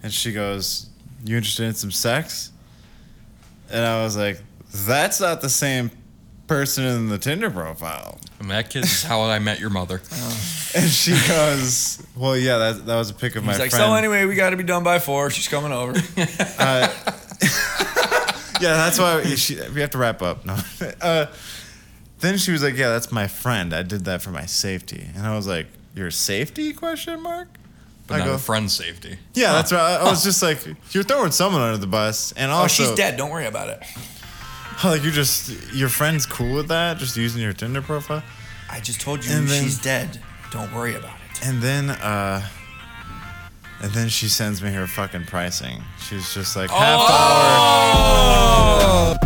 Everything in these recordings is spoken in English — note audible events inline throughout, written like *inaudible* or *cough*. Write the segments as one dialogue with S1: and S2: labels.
S1: and she goes, "You interested in some sex?" And I was like, "That's not the same person in the Tinder profile." *laughs*
S2: And that kid is how I met your mother.
S1: And she goes, "Well, yeah, that that was a pic of my
S3: He's like,
S1: friend."
S3: so anyway, we got to be done by four. She's coming over.
S1: Uh, *laughs* yeah, that's why she, we have to wrap up. No. *laughs* Uh, then she was like, "Yeah, that's my friend. I did that for my safety." And I was like, "Your safety?" Question mark.
S2: But
S1: I
S2: not
S1: go-
S2: a friend's safety.
S1: Yeah,
S3: *laughs*
S1: that's right. I was just like, "You're throwing someone under the bus," and also,
S3: oh, she's dead. Don't worry about it.
S1: *laughs* Like you just your friend's cool with that, just using your Tinder profile.
S3: I just told you
S1: And then-
S3: she's dead. Don't worry about it.
S1: And then uh and then she sends me her fucking pricing. She's just like half
S3: Oh.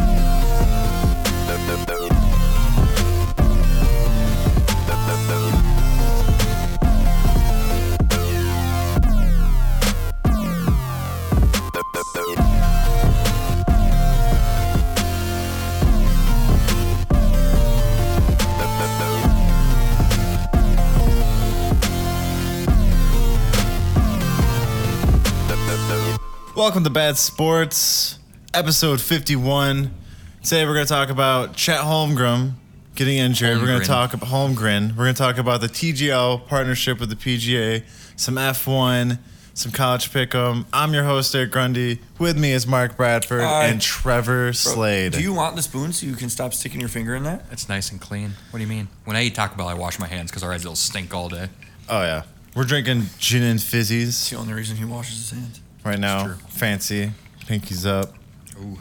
S1: Welcome to Bad Sports, episode 51. Today we're going to talk about Chet Holmgren getting injured. We're going
S2: Holmgren.
S1: to talk about Holmgren. We're going to talk about the TGL partnership with the PGA, some F1, some college pick'em. I'm your host Eric Grundy. With me is Mark Bradford
S3: Hi.
S1: and Trevor Slade.
S3: Do you want the spoon so you can stop sticking your finger in that?
S2: It's nice and clean. What do you mean? When I eat Taco Bell, I wash my hands because otherwise it'll stink all day.
S1: oh yeah. We're drinking gin and
S3: It's
S1: fizzies
S3: the only reason he washes his hands.
S1: right now.
S2: true.
S1: Fancy. Pinkies up.
S2: Ooh.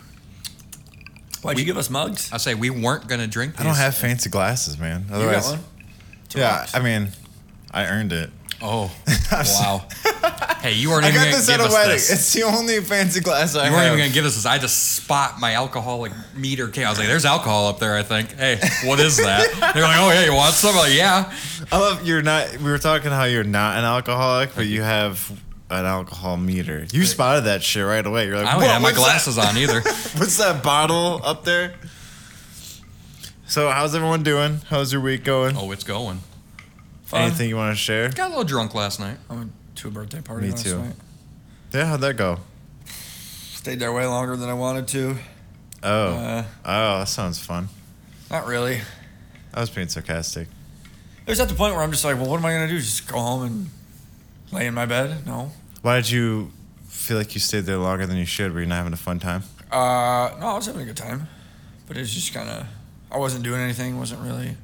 S3: Why'd you give us mugs?
S2: I say we weren't gonna drink. These.
S1: I don't have fancy glasses, man.
S3: You got
S1: Otherwise,
S3: one? Two
S1: yeah,
S3: mugs.
S1: I mean, I earned it. *laughs*
S2: Oh, wow. hey, you weren't
S1: I
S2: even
S1: got
S2: gonna
S1: this at a
S2: give us
S1: wedding.
S2: this.
S1: It's the only fancy glass I
S2: you weren't
S1: have.
S2: even gonna give us this. I had to spot my alcoholic meter came. I was like, "There's alcohol up there." I think. Hey, what
S1: *laughs*
S2: is that? They're like, "Oh yeah, you want some?" I'm like, "Yeah."
S1: I love you're not. We were talking how you're not an alcoholic, but you have an alcohol meter. You spotted that shit right away. You're like,
S2: I don't
S1: "Whoa,
S2: even have my
S1: what's that?
S2: glasses on
S1: *laughs*
S2: either.
S1: What's that bottle up there? So how's everyone doing? How's your week going?
S2: Oh, it's going.
S3: Fun.
S1: Anything you want to share?
S2: Got a little drunk last night.
S3: I went to a birthday party
S1: Me
S3: last
S1: too.
S3: night.
S1: Yeah, how'd that go?
S3: Stayed there way longer than I wanted to.
S1: Oh,
S3: Uh,
S1: oh, that sounds fun.
S3: Not really.
S1: I was being sarcastic.
S3: It was at the point where I'm just like, well, what am I gonna do? Just go home and lay in my bed? No.
S1: Why did you feel like you stayed there longer than you should? Were you not having a fun time?
S3: Uh, no, I was having a good time, but it was just kind of. I wasn't doing anything. wasn't really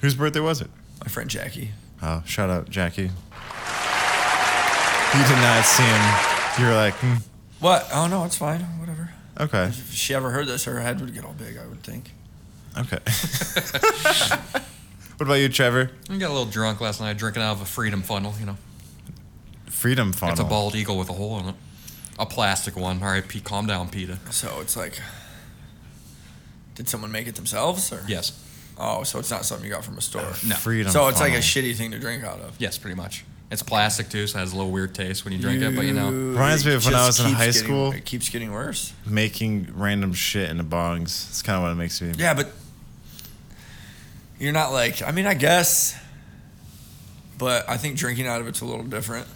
S1: Whose birthday was it?
S3: my friend Jackie.
S1: Oh, shout out Jackie. You did not see him. You were like, hmm,
S3: What? Oh no, it's fine. Whatever.
S1: okay,
S3: If she ever heard this, her head would get all big. I would think.
S1: okay. *laughs* what about you, Trevor?
S2: I got a little drunk last night, drinking out of a freedom funnel. You know,
S1: Freedom funnel.
S2: it's a bald eagle with a hole in it, a plastic one. All right, P, calm down, Peta.
S3: So it's like, did someone make it themselves? Or
S2: Yes,
S3: Oh, so it's not something you got from a store.
S2: No.
S1: Freedom.
S3: So it's like
S1: funnel.
S3: a shitty thing to drink out of.
S2: yes, pretty much. It's plastic too, so it has a little weird taste when you drink it. But you know,
S1: Reminds me of when I
S3: just
S1: was in
S3: keeps
S1: high
S3: getting-
S1: school.
S3: It keeps getting worse.
S1: making random shit into bongs. It's kind of what it makes me.
S3: Yeah, but you're not like. I mean, I guess. But I think drinking out of it's a little different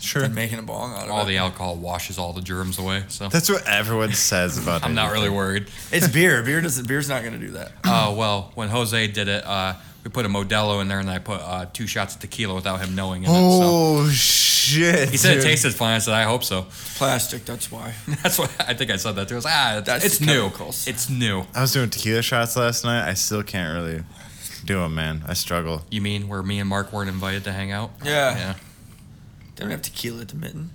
S1: sure.
S3: than making a bong out of
S2: all
S3: it.
S2: the alcohol washes all the germs away. So
S1: That's what everyone says about it.
S2: I'm not really worried.
S3: It's beer. Beer doesn't. Beer's not going to do that.
S2: Uh, well, when Jose did it, uh, we put a Modelo in there, and I put uh, two shots of tequila without him knowing in it.
S1: Oh shit!
S2: So. He said
S1: dude.
S2: it tasted fine. I said, I hope so. *laughs*
S3: It's plastic. That's why.
S2: That's what I think I said that too. I was, ah, it's-
S3: That's
S2: it's
S3: the
S2: new.
S3: chemicals.
S2: It's new.
S1: I was doing tequila shots last night. I still can't really do them, man. I struggle.
S2: You mean where me and Mark weren't invited to hang out?
S3: Yeah.
S2: Yeah.
S3: They don't have tequila at the mitten.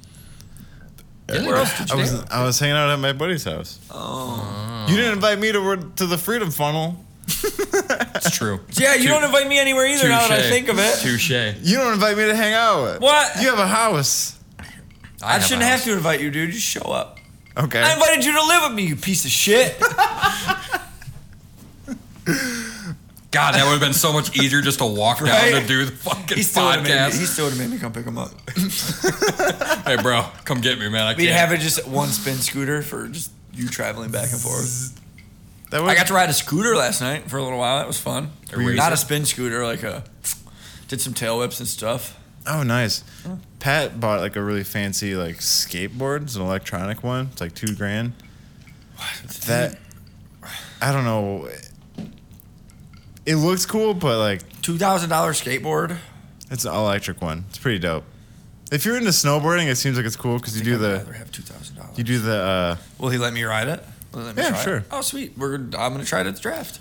S2: Did
S3: Where
S2: it?
S3: else did
S1: I
S3: you
S1: was
S3: do?
S1: I was hanging out at my buddy's house. Oh. You didn't invite me to to the Freedom Funnel.
S2: It's
S3: *laughs*
S2: true.
S3: Yeah, you
S2: Tou-
S3: don't invite me anywhere either. Now that I
S2: touche.
S3: think of it,
S2: Touche.
S1: You don't invite me to hang out. with.
S3: What?
S1: You have a house.
S3: I,
S2: a
S3: shouldn't have
S2: house.
S3: to invite you, dude. Just show up.
S1: Okay.
S3: I invited you to live with me, you piece of shit.
S2: God, that would have been so much easier just to walk down
S3: Right?
S2: to do the fucking
S3: He still would have made me, he
S2: podcast.
S3: still would have made me come pick him up.
S2: Hey, bro, come get me, man. I
S3: We'd
S2: can't.
S3: have it just one spin scooter for just you traveling back and forth.
S1: that was,
S3: I got to ride a scooter last night for a little while. That was fun.
S2: A razor?
S3: Not a spin scooter, like a. Did some tail whips and stuff.
S1: Oh, nice. Pat bought like a really fancy like skateboard. It's an electronic one. It's like two grand. That I don't know. It looks cool, but like
S3: Two thousand dollar skateboard.
S1: it's an electric one. It's pretty dope. If you're into snowboarding, it seems like it's cool because you do
S3: I'd
S1: the
S3: rather have two thousand dollars.
S1: you do the uh,
S3: Will he let me ride it? Will he let me
S1: Yeah,
S3: try it?
S1: sure.
S3: Oh, sweet. We're I'm gonna try it at the draft.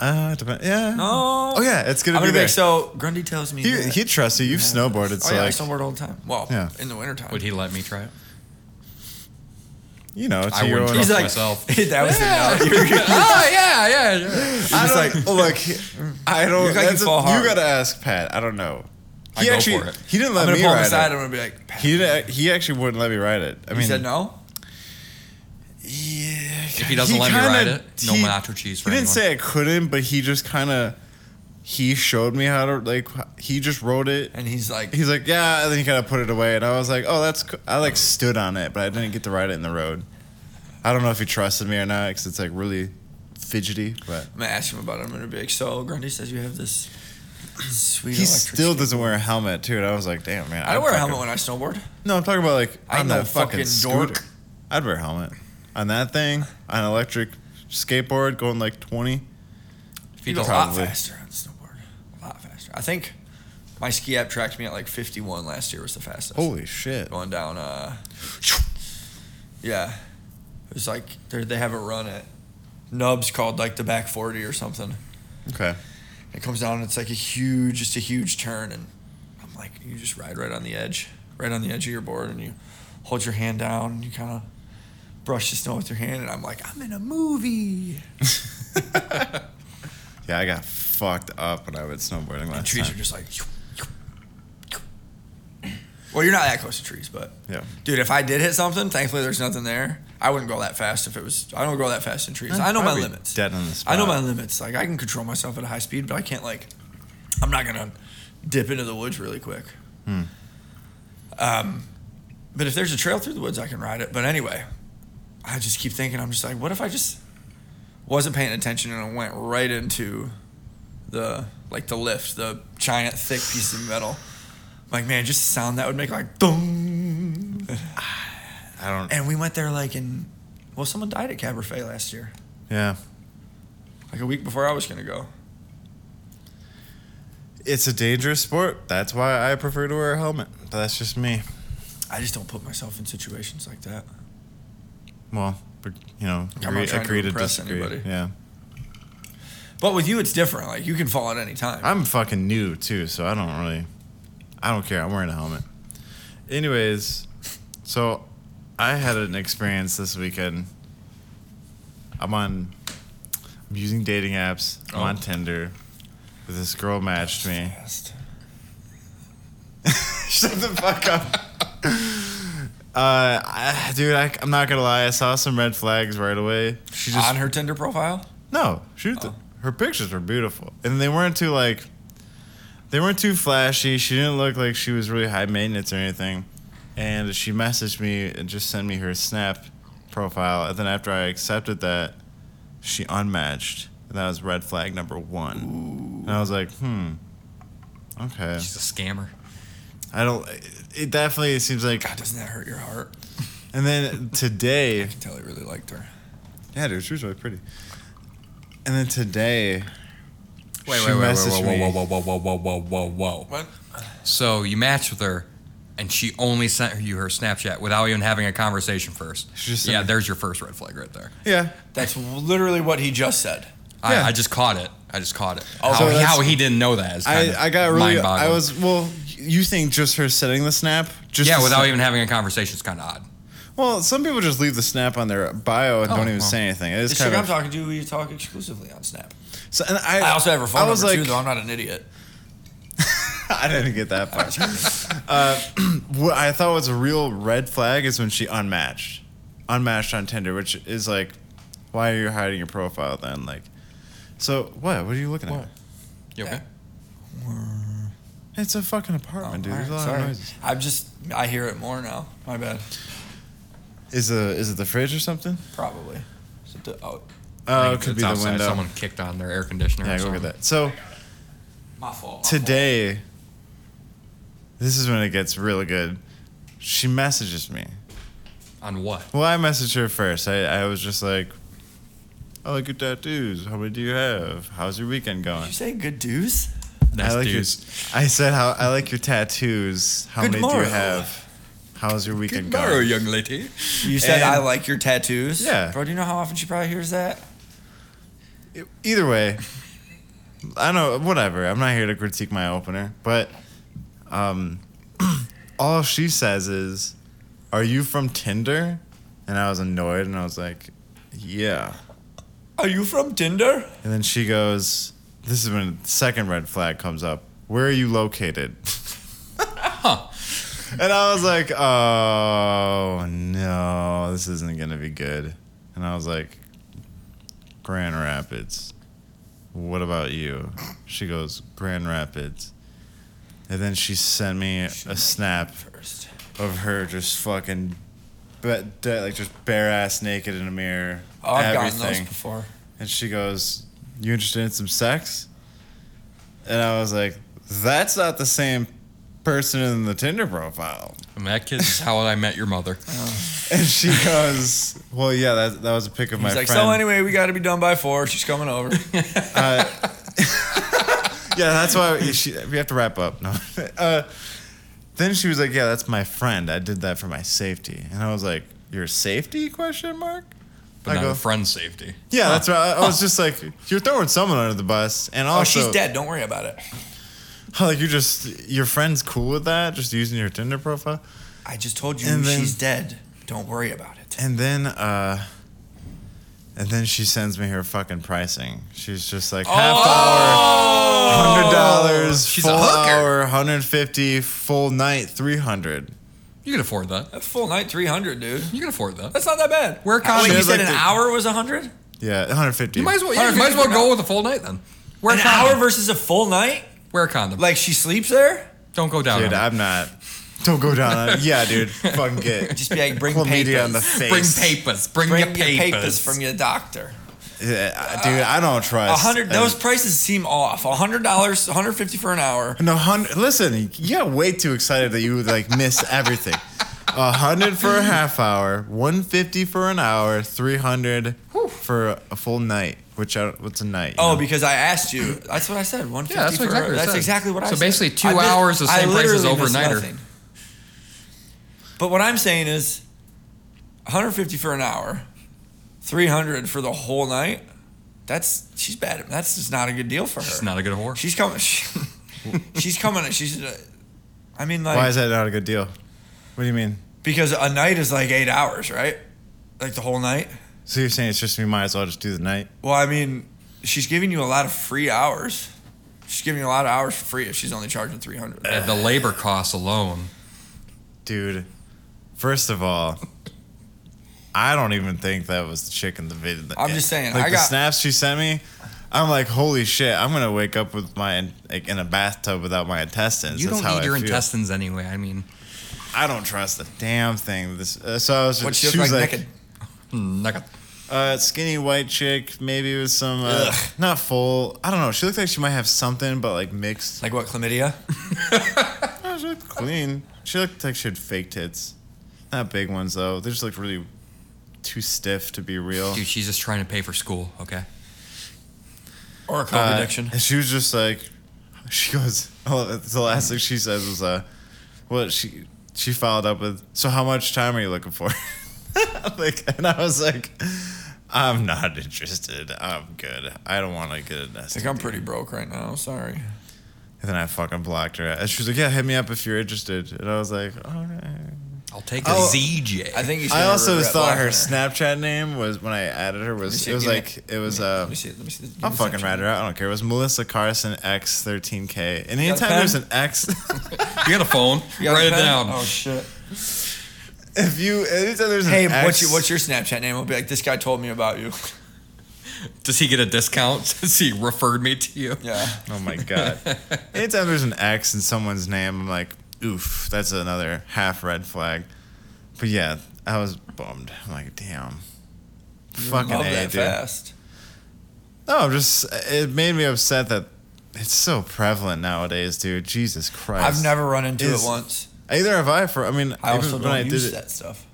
S1: uh depend- yeah
S3: No.
S1: oh yeah it's gonna
S3: I'm
S1: be
S3: gonna
S1: there.
S3: make so Grundy tells me
S1: He
S3: that-
S1: he trusts you. You've snowboarded,
S3: Oh
S1: so
S3: yeah, I
S1: like
S3: snowboard all the time. Well,
S1: Yeah.
S3: in the wintertime.
S2: Would he let me try it?
S1: you know it's
S2: I
S1: your
S2: wouldn't
S1: own.
S2: trust
S3: He's like,
S2: myself.
S3: *laughs* that was the analogy.
S2: oh yeah, yeah, yeah.
S1: I
S3: He's
S1: don't, look. I don't.
S3: You're like, you
S1: that's a-
S3: fall hard.
S1: you gotta ask Pat. I don't know.
S2: I
S1: He
S2: go
S1: actually
S2: for it.
S1: he didn't
S3: I'm
S1: let
S3: gonna
S1: me
S3: pull him aside.
S1: ride
S3: I'm
S1: it.
S3: gonna be like, Pat,
S1: He didn't, he actually wouldn't let me ride it. I mean,
S3: he said no.
S1: Yeah,
S2: If he doesn't let me ride it, no nacho cheese
S1: He
S2: for
S1: didn't
S2: anyone.
S1: say I couldn't, but he just kind of he showed me how to like. He just rode it.
S3: And he's like,
S1: He's like, yeah, and then he kind of put it away, and I was like, oh, that's. co-" I like stood on it, but I didn't get to ride it in the road. I don't know if he trusted me or not, because it's like really fidgety, but.
S3: I'm gonna ask him about it. I'm gonna be like, so Grundy says you have this sweet.
S1: He
S3: electric
S1: still
S3: skateboard."
S1: doesn't wear a helmet too, and I was like, "Damn, man!"
S3: I don't wear a helmet when I snowboard.
S1: No, I'm talking about like
S3: I
S1: on
S3: know
S1: that fucking,
S3: fucking
S1: scooter.
S3: dork.
S1: I'd wear a helmet on that thing, on an electric skateboard going like 20.
S2: If he
S3: You go a
S2: doesn't,
S3: lot
S1: Probably.
S3: faster on snowboard. A lot faster. I think my ski app tracked me at like 51 last year was the fastest.
S1: Holy shit!
S3: Going down. Uh, yeah, it was like they're- they have a run at Nubs called like the back 40 or something.
S1: Okay,
S3: It comes down and it's like a huge, just a huge turn, and I'm like, you just ride right on the edge, right on the edge of your board, and you hold your hand down, and you kind of brush the snow with your hand, and I'm like, I'm in a movie.
S1: yeah, I got fucked up when I went snowboarding
S3: And
S1: last
S3: trees
S1: time.
S3: are just like. Well, you're not that close to trees, but
S1: Yeah.
S3: dude, if I did hit something, thankfully there's nothing there. I wouldn't go that fast if it was. I don't go that fast in trees. i know my
S1: I'd be
S3: limits.
S1: Dead on the spot.
S3: I know my limits. Like I can control myself at a high speed, but I can't like. I'm not gonna dip into the woods really quick.
S1: Hmm.
S3: Um, but if there's a trail through the woods, I can ride it. But anyway, I just keep thinking. I'm just like, what if I just wasn't paying attention and I went right into the like the lift, the giant thick piece of metal. Like man, just the sound that would make like boom.
S1: I don't.
S3: And we went there like in well, someone died at Caberfay last year,
S1: Yeah,
S3: like a week before I was gonna go.
S1: it's a dangerous sport. That's why I prefer to wear a helmet. But that's just me.
S3: I just don't put myself in situations like that.
S1: Well, but, you know,
S3: not
S1: agree,
S3: trying to
S1: agree to,
S3: impress
S1: disagree.
S3: anybody.
S1: Yeah,
S3: But with you, it's different. Like you can fall at any time.
S1: I'm fucking new too, so I don't really, I don't care. I'm wearing a helmet. Anyways, so I had an experience this weekend. I'm on, I'm using dating apps. I'm on
S2: Oh.
S1: Tinder. This girl matched
S3: *laughs*
S1: me. Shut the fuck up. Uh, I, dude, I, I'm not gonna lie. I saw some red flags right away. She just
S3: on her Tinder profile.
S1: no, she was-
S3: Oh.
S1: her pictures were beautiful, and they weren't too like, they weren't too flashy. She didn't look like she was really high maintenance or anything. And she messaged me and just sent me her Snap profile, and then after I accepted that, she unmatched, and that was red flag number one. And I was like, hmm, okay,
S2: he's a scammer.
S1: I don't. It, it definitely seems like.
S3: God, doesn't that hurt your heart?
S1: And then
S2: *laughs*
S1: today,
S3: You can tell he really liked her.
S1: yeah, dude, she was really pretty. And then today,
S2: Wait,
S1: She
S2: wait, wait,
S1: messaged
S2: whoa,
S1: me.
S2: whoa, whoa, whoa, whoa, whoa, whoa, whoa, whoa, whoa.
S3: What?
S2: So you matched with her, and she only sent you her Snapchat without even having a conversation first.
S1: She just sent
S2: yeah,
S1: me-
S2: there's your first red flag right there.
S1: yeah,
S3: That's literally what he just said.
S1: Yeah.
S2: I, I just caught it. I just caught it.
S3: Oh,
S2: how,
S1: so that's-
S2: how he didn't know that is kind
S1: I,
S2: of
S1: I got really I
S2: mind-boggling.
S1: was well. You think just her setting the snap? Just
S2: yeah,
S1: the
S2: without
S1: sna-
S2: even having a conversation is kind of odd.
S1: Well, some people just leave the snap on their bio and
S2: Oh,
S1: don't even
S2: well.
S1: say anything. It is
S3: This
S1: kind
S3: chick
S1: of
S3: I'm talking to, we talk exclusively on Snap.
S1: So, and I,
S3: I also have her phone
S1: I was
S3: number
S1: like,
S3: too, though. I'm not an idiot.
S1: *laughs* I didn't get that far. uh, *clears throat* what I thought was a real red flag is when she unmatched, unmatched on Tinder, which is like, why are you hiding your profile then? Like, so what? What are you looking at?
S2: You okay?
S1: It's a fucking apartment, dude. There's a lot of
S3: Oh, Sorry.
S1: noises.
S3: I'm just I hear it more now. My bad.
S1: Is a is it the fridge or something?
S3: Probably. Is it the- oh,
S1: Oh,
S2: I
S1: it
S2: think
S1: could
S2: it's
S1: be the
S2: outside.
S1: window.
S2: Someone kicked on their air conditioner.
S1: yeah,
S2: or
S1: go
S2: something.
S1: get that. So.
S3: my fault. my fault.
S1: today This is when it gets really good. She messages me.
S2: On what?
S1: Well, I messaged her first. I, I was just like, I like your tattoos. How many do you have? How's your weekend going?
S3: Did you say good dudes?
S1: I
S2: That's
S1: like your,
S2: dudes.
S1: I said how I like your tattoos. How
S3: Good
S1: many do
S3: morrow.
S1: you have? How's your weekend
S2: Tomorrow,
S1: going?
S2: young lady.
S3: You said
S1: And-
S3: I like your tattoos.
S1: Yeah.
S3: Bro, do you know how often she probably hears that?
S1: Either way, I know whatever. I'm not here to critique my opener, but um, *clears throat* all she says is, "Are you from Tinder?" And I was annoyed, and I was like, "Yeah."
S3: Are you from Tinder?
S1: And then she goes, "This is when the second red flag comes up. Where are you located?" *laughs* And I was like, "Oh no, this isn't gonna be good." And I was like, "Grand Rapids. What about you?" She goes, "Grand Rapids." And then she sent me a snap
S3: First.
S1: of her just fucking, but de- like just bare ass naked in a mirror.
S3: Oh, I've gotten those before.
S1: And she goes, You interested in some sex? And I was like, That's not the same person in the Tinder profile. *laughs*
S2: And that kid's how I met your mother.
S1: And she goes, Well, yeah, that, that was a pic of my
S3: He's like,
S1: friend.
S3: so anyway, we got to be done by four. She's
S1: *laughs*
S3: coming over.
S1: Yeah, that's why she, we have to wrap up. No. *laughs* Uh, then she was like, Yeah, that's my friend. I did that for my safety. And I was like, Your safety? Question mark?
S2: But
S1: I
S2: not
S1: go-
S2: a friend safety.
S1: Yeah, that's right. I, I was just like, You're throwing someone under the bus. And
S3: oh,
S1: also,
S3: she's dead. Don't worry about it.
S1: Like, you just, your friend's cool with that, just using your Tinder profile.
S3: I just told you
S1: And then-
S3: she's dead. Don't worry about it.
S1: And then uh and then she sends me her fucking pricing. She's just like half hour, hundred dollars,
S2: Oh! She's a
S1: full
S2: hooker.
S1: hour, hundred fifty, full night, three hundred.
S2: You can afford that.
S3: A full night, 300, dude.
S2: You can afford that.
S3: That's not that bad.
S2: We're
S3: Oh, wait,
S2: kind
S3: you
S1: of-
S3: said
S1: like
S3: an
S1: the-
S3: hour was 100?
S1: Yeah, hundred fifty.
S2: You might as well, yeah, you might as well go with a full night then. Wear
S3: An
S2: a
S3: hour
S2: condom.
S3: versus a full night?
S2: Wear a condom.
S3: Like she sleeps there?
S2: Don't go down.
S1: Dude,
S2: on it.
S1: I'm not. Don't go down. on it. Yeah, dude.
S2: *laughs*
S1: Fucking get
S3: Just be like, bring
S1: chlamydia
S3: papers.
S1: on the face.
S2: Bring papers. Bring,
S3: Bring
S2: your
S3: your
S2: papers.
S3: from your doctor.
S1: Yeah, dude, I don't
S3: A
S1: trust.
S3: hundred. Those prices seem off. A hundred dollars, one hundred fifty for an hour.
S1: No, hundred. Listen, you got way too excited that you would like miss everything. A hundred for a half hour, one fifty for an hour, three hundred for a full night. Which I, what's a night? you
S3: Oh,
S1: know?
S3: because I asked you. That's what I said. One fifty.
S2: Yeah, that's
S3: for,
S2: what exactly what it
S3: That's
S2: said.
S3: exactly what I
S2: So
S3: said.
S2: basically two
S3: I missed-
S2: hours the
S3: I
S2: same price as
S3: literally missed
S2: overnighter.
S3: nothing. But what I'm saying is, one hundred fifty for an hour, three hundred for the whole night. That's she's bad. That's just not a good deal for her.
S2: She's not a good whore.
S3: She's coming. *laughs* She, she's coming. She's. uh, I mean, like,
S1: why is that not a good deal? What do you mean?
S3: because a night is like eight hours, right? Like the whole night.
S1: So you're saying it's just we might as well just do the night?
S3: Well, I mean, she's giving you a lot of free hours. She's giving you a lot of hours for free if she's only charging three hundred.
S1: Uh,
S2: At the labor costs alone.
S1: dude. First of all, I don't even think that was the chick in the video.
S3: I'm just saying,
S1: like
S3: I
S1: the
S3: got-
S1: snaps she sent me. I'm like, holy shit! I'm gonna wake up with my like in a bathtub without my intestines.
S2: You
S1: That's
S2: don't
S1: how
S2: need
S1: I
S2: your
S1: feel.
S2: intestines anyway. I mean,
S1: I don't trust the damn thing. This, uh, so I was just,
S3: What
S1: she,
S3: she looks
S1: was
S3: like,
S1: like,
S3: naked?
S2: like a-
S1: uh, skinny white chick, maybe with some, uh,
S3: Ugh.
S1: not full. I don't know. She looked like she might have something, but like mixed.
S3: Like what? Chlamydia?
S1: Oh, she looked clean. She looked like she had fake tits. Not big ones though. They just looked really too stiff to be real.
S2: dude, she's just trying to pay for school. Okay.
S3: Or a
S1: Uh,
S3: coke addiction?
S1: And she was just like, she goes. *laughs* oh, that's The last thing she says was, uh, "What she she followed up with? So how much time are you looking for?" *laughs* like, and I was like, "I'm not interested. I'm good. I don't want to get a nest."
S3: Like I'm pretty broke right now. Sorry.
S1: And then I fucking blocked her. And she was like, "Yeah, hit me up if you're interested." And I was like, "All right."
S2: I'll take a
S1: Oh.
S2: ZJ.
S3: I think he's.
S1: I
S3: gonna
S1: also
S3: regret
S1: thought
S3: blocking
S1: her Snapchat name was when I added her was
S3: see,
S1: it was
S3: give me-
S1: like it was
S3: Let
S1: uh
S3: me see. Let me see.
S1: I'll fucking rat her out. I don't care. It was Melissa Carson X thirteen K. And
S3: a
S1: anytime
S3: pen?
S1: there's an X
S2: You got a phone. Write it down.
S3: Oh
S1: *laughs*
S3: shit.
S1: if you anytime there's an
S3: Hey,
S1: X
S3: what's your what's your Snapchat name? I'll be like, this guy told me about you. *laughs*
S2: Does he get a discount *laughs* since he referred me to you?
S3: Yeah.
S1: Oh my god. anytime there's an X in someone's name, I'm like, oof, that's another half red flag. But yeah, I was bummed. I'm like, damn. Fucking
S3: Love
S1: A,
S3: that
S1: dude.
S3: fast.
S1: No, I'm just it made me upset that It's so prevalent nowadays, dude. Jesus Christ.
S3: I've never run into
S1: Is-
S3: it once.
S1: Either have I. For I mean,
S3: I
S1: even
S3: also
S1: when
S3: don't
S1: I did
S3: use
S1: it,
S3: that stuff.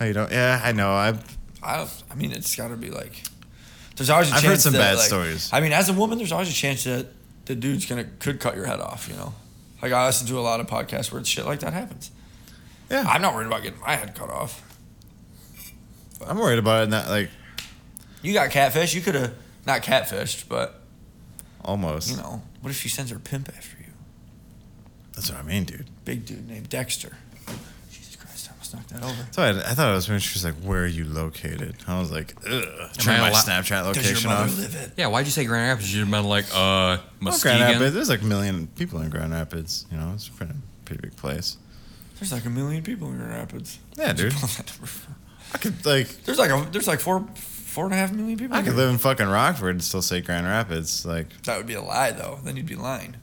S1: Oh, you don't. Yeah, I know. I
S3: I, I mean, it's got to be like. There's always a
S1: I've heard
S3: chance.
S1: some
S3: that,
S1: bad
S3: like-
S1: stories.
S3: I mean, as a woman, there's always a chance that the dude's gonna could cut your head off. You know, like I listen to a lot of podcasts where shit like that happens.
S1: yeah.
S3: I'm not worried about getting my head cut off.
S1: I'm worried about it. Not like
S3: You got catfish. You could have not catfished, but
S1: almost.
S3: you know, what if she sends her pimp after you?
S1: That's what I mean, dude.
S3: Big dude named Dexter. Jesus Christ! I almost knocked that over.
S1: So I, I thought it was when she was like, "Where are you located?" I was like, "Ugh." Turn
S2: I
S1: my
S2: allo-
S1: Snapchat
S3: Does
S1: location
S3: your mother
S1: off.
S3: live it?
S2: Yeah, why'd you say Grand Rapids? You'd have been like, uh,
S1: Well, Grand Rapids.
S2: Muskegon.
S1: There's like a million people in Grand Rapids. You know, it's a pretty, pretty big place.
S3: There's like a million people in Grand Rapids.
S1: Yeah,
S2: *laughs*
S1: dude.
S3: Pull that number from-
S1: I could like
S3: There's like a there's like four four and a half million people.
S1: I
S3: in
S1: could
S3: Grand-
S1: live in fucking Rockford and still say Grand Rapids. Like
S3: That would be a lie though. Then you'd be lying.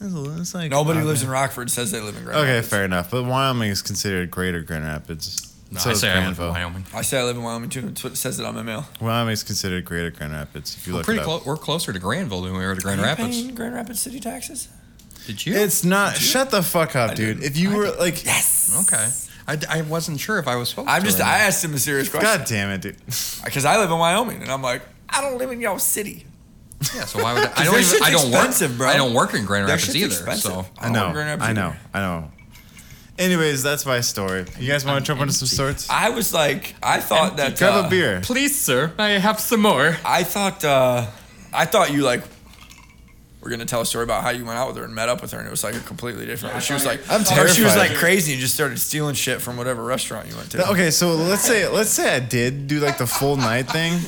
S1: it's, it's like
S3: Nobody who lives in Rockford says they live in Grand
S1: Okay,
S3: Rapids.
S1: fair enough. But Wyoming is considered Greater Grand Rapids.
S2: No,
S1: So
S2: I
S1: is
S2: say I live in
S1: Granville.
S2: Wyoming.
S3: I say I live in Wyoming too. That's what it says it on my mail.
S1: Wyoming is considered Greater Grand Rapids. If you
S2: We're
S1: look
S2: pretty
S1: it up.
S2: close. We're closer to Granville than we are to Grand
S3: Are you
S2: Rapids.
S3: paying Grand Rapids city taxes?
S2: Did you?
S1: It's not. Shut the fuck up, dude.
S3: didn't-
S1: If you
S3: I
S1: were
S3: didn't.
S1: like,
S3: Yes.
S2: okay. I, d- I wasn't sure if I was supposed.
S3: I'm
S2: to
S3: just.
S2: or
S3: I
S2: not.
S3: asked him a serious question
S1: God damn it, dude. *laughs*
S3: because I live in Wyoming, and I'm like, I don't live in y'all city.
S2: yeah. So why
S3: *laughs*
S2: would I, I
S3: Their
S2: don't? Even,
S3: shit's
S2: I don't
S3: expensive,
S2: work.
S3: bro.
S2: I don't work in Grand
S3: Their
S2: Rapids
S3: shit's
S2: either.
S3: expensive.
S2: So
S1: I
S3: don't
S1: know.
S3: live in Grand Rapids
S1: I know.
S3: either.
S1: I know. Anyways, that's my story. You guys want to jump into some sorts?
S3: I was like, I thought that.
S1: Grab
S3: uh,
S1: a beer.
S2: please, sir, I have some more.
S3: I thought. Uh, I thought you like. We're gonna tell a story about how you went out with her and met up with her, and it was like a completely different.
S2: Yeah, I
S3: she was
S2: thought
S3: like,
S2: you-
S1: I'm
S3: or She was
S1: terrified.
S3: like crazy and just started stealing shit from whatever restaurant you went to.
S1: Okay, so let's say let's say I did do like the full night thing.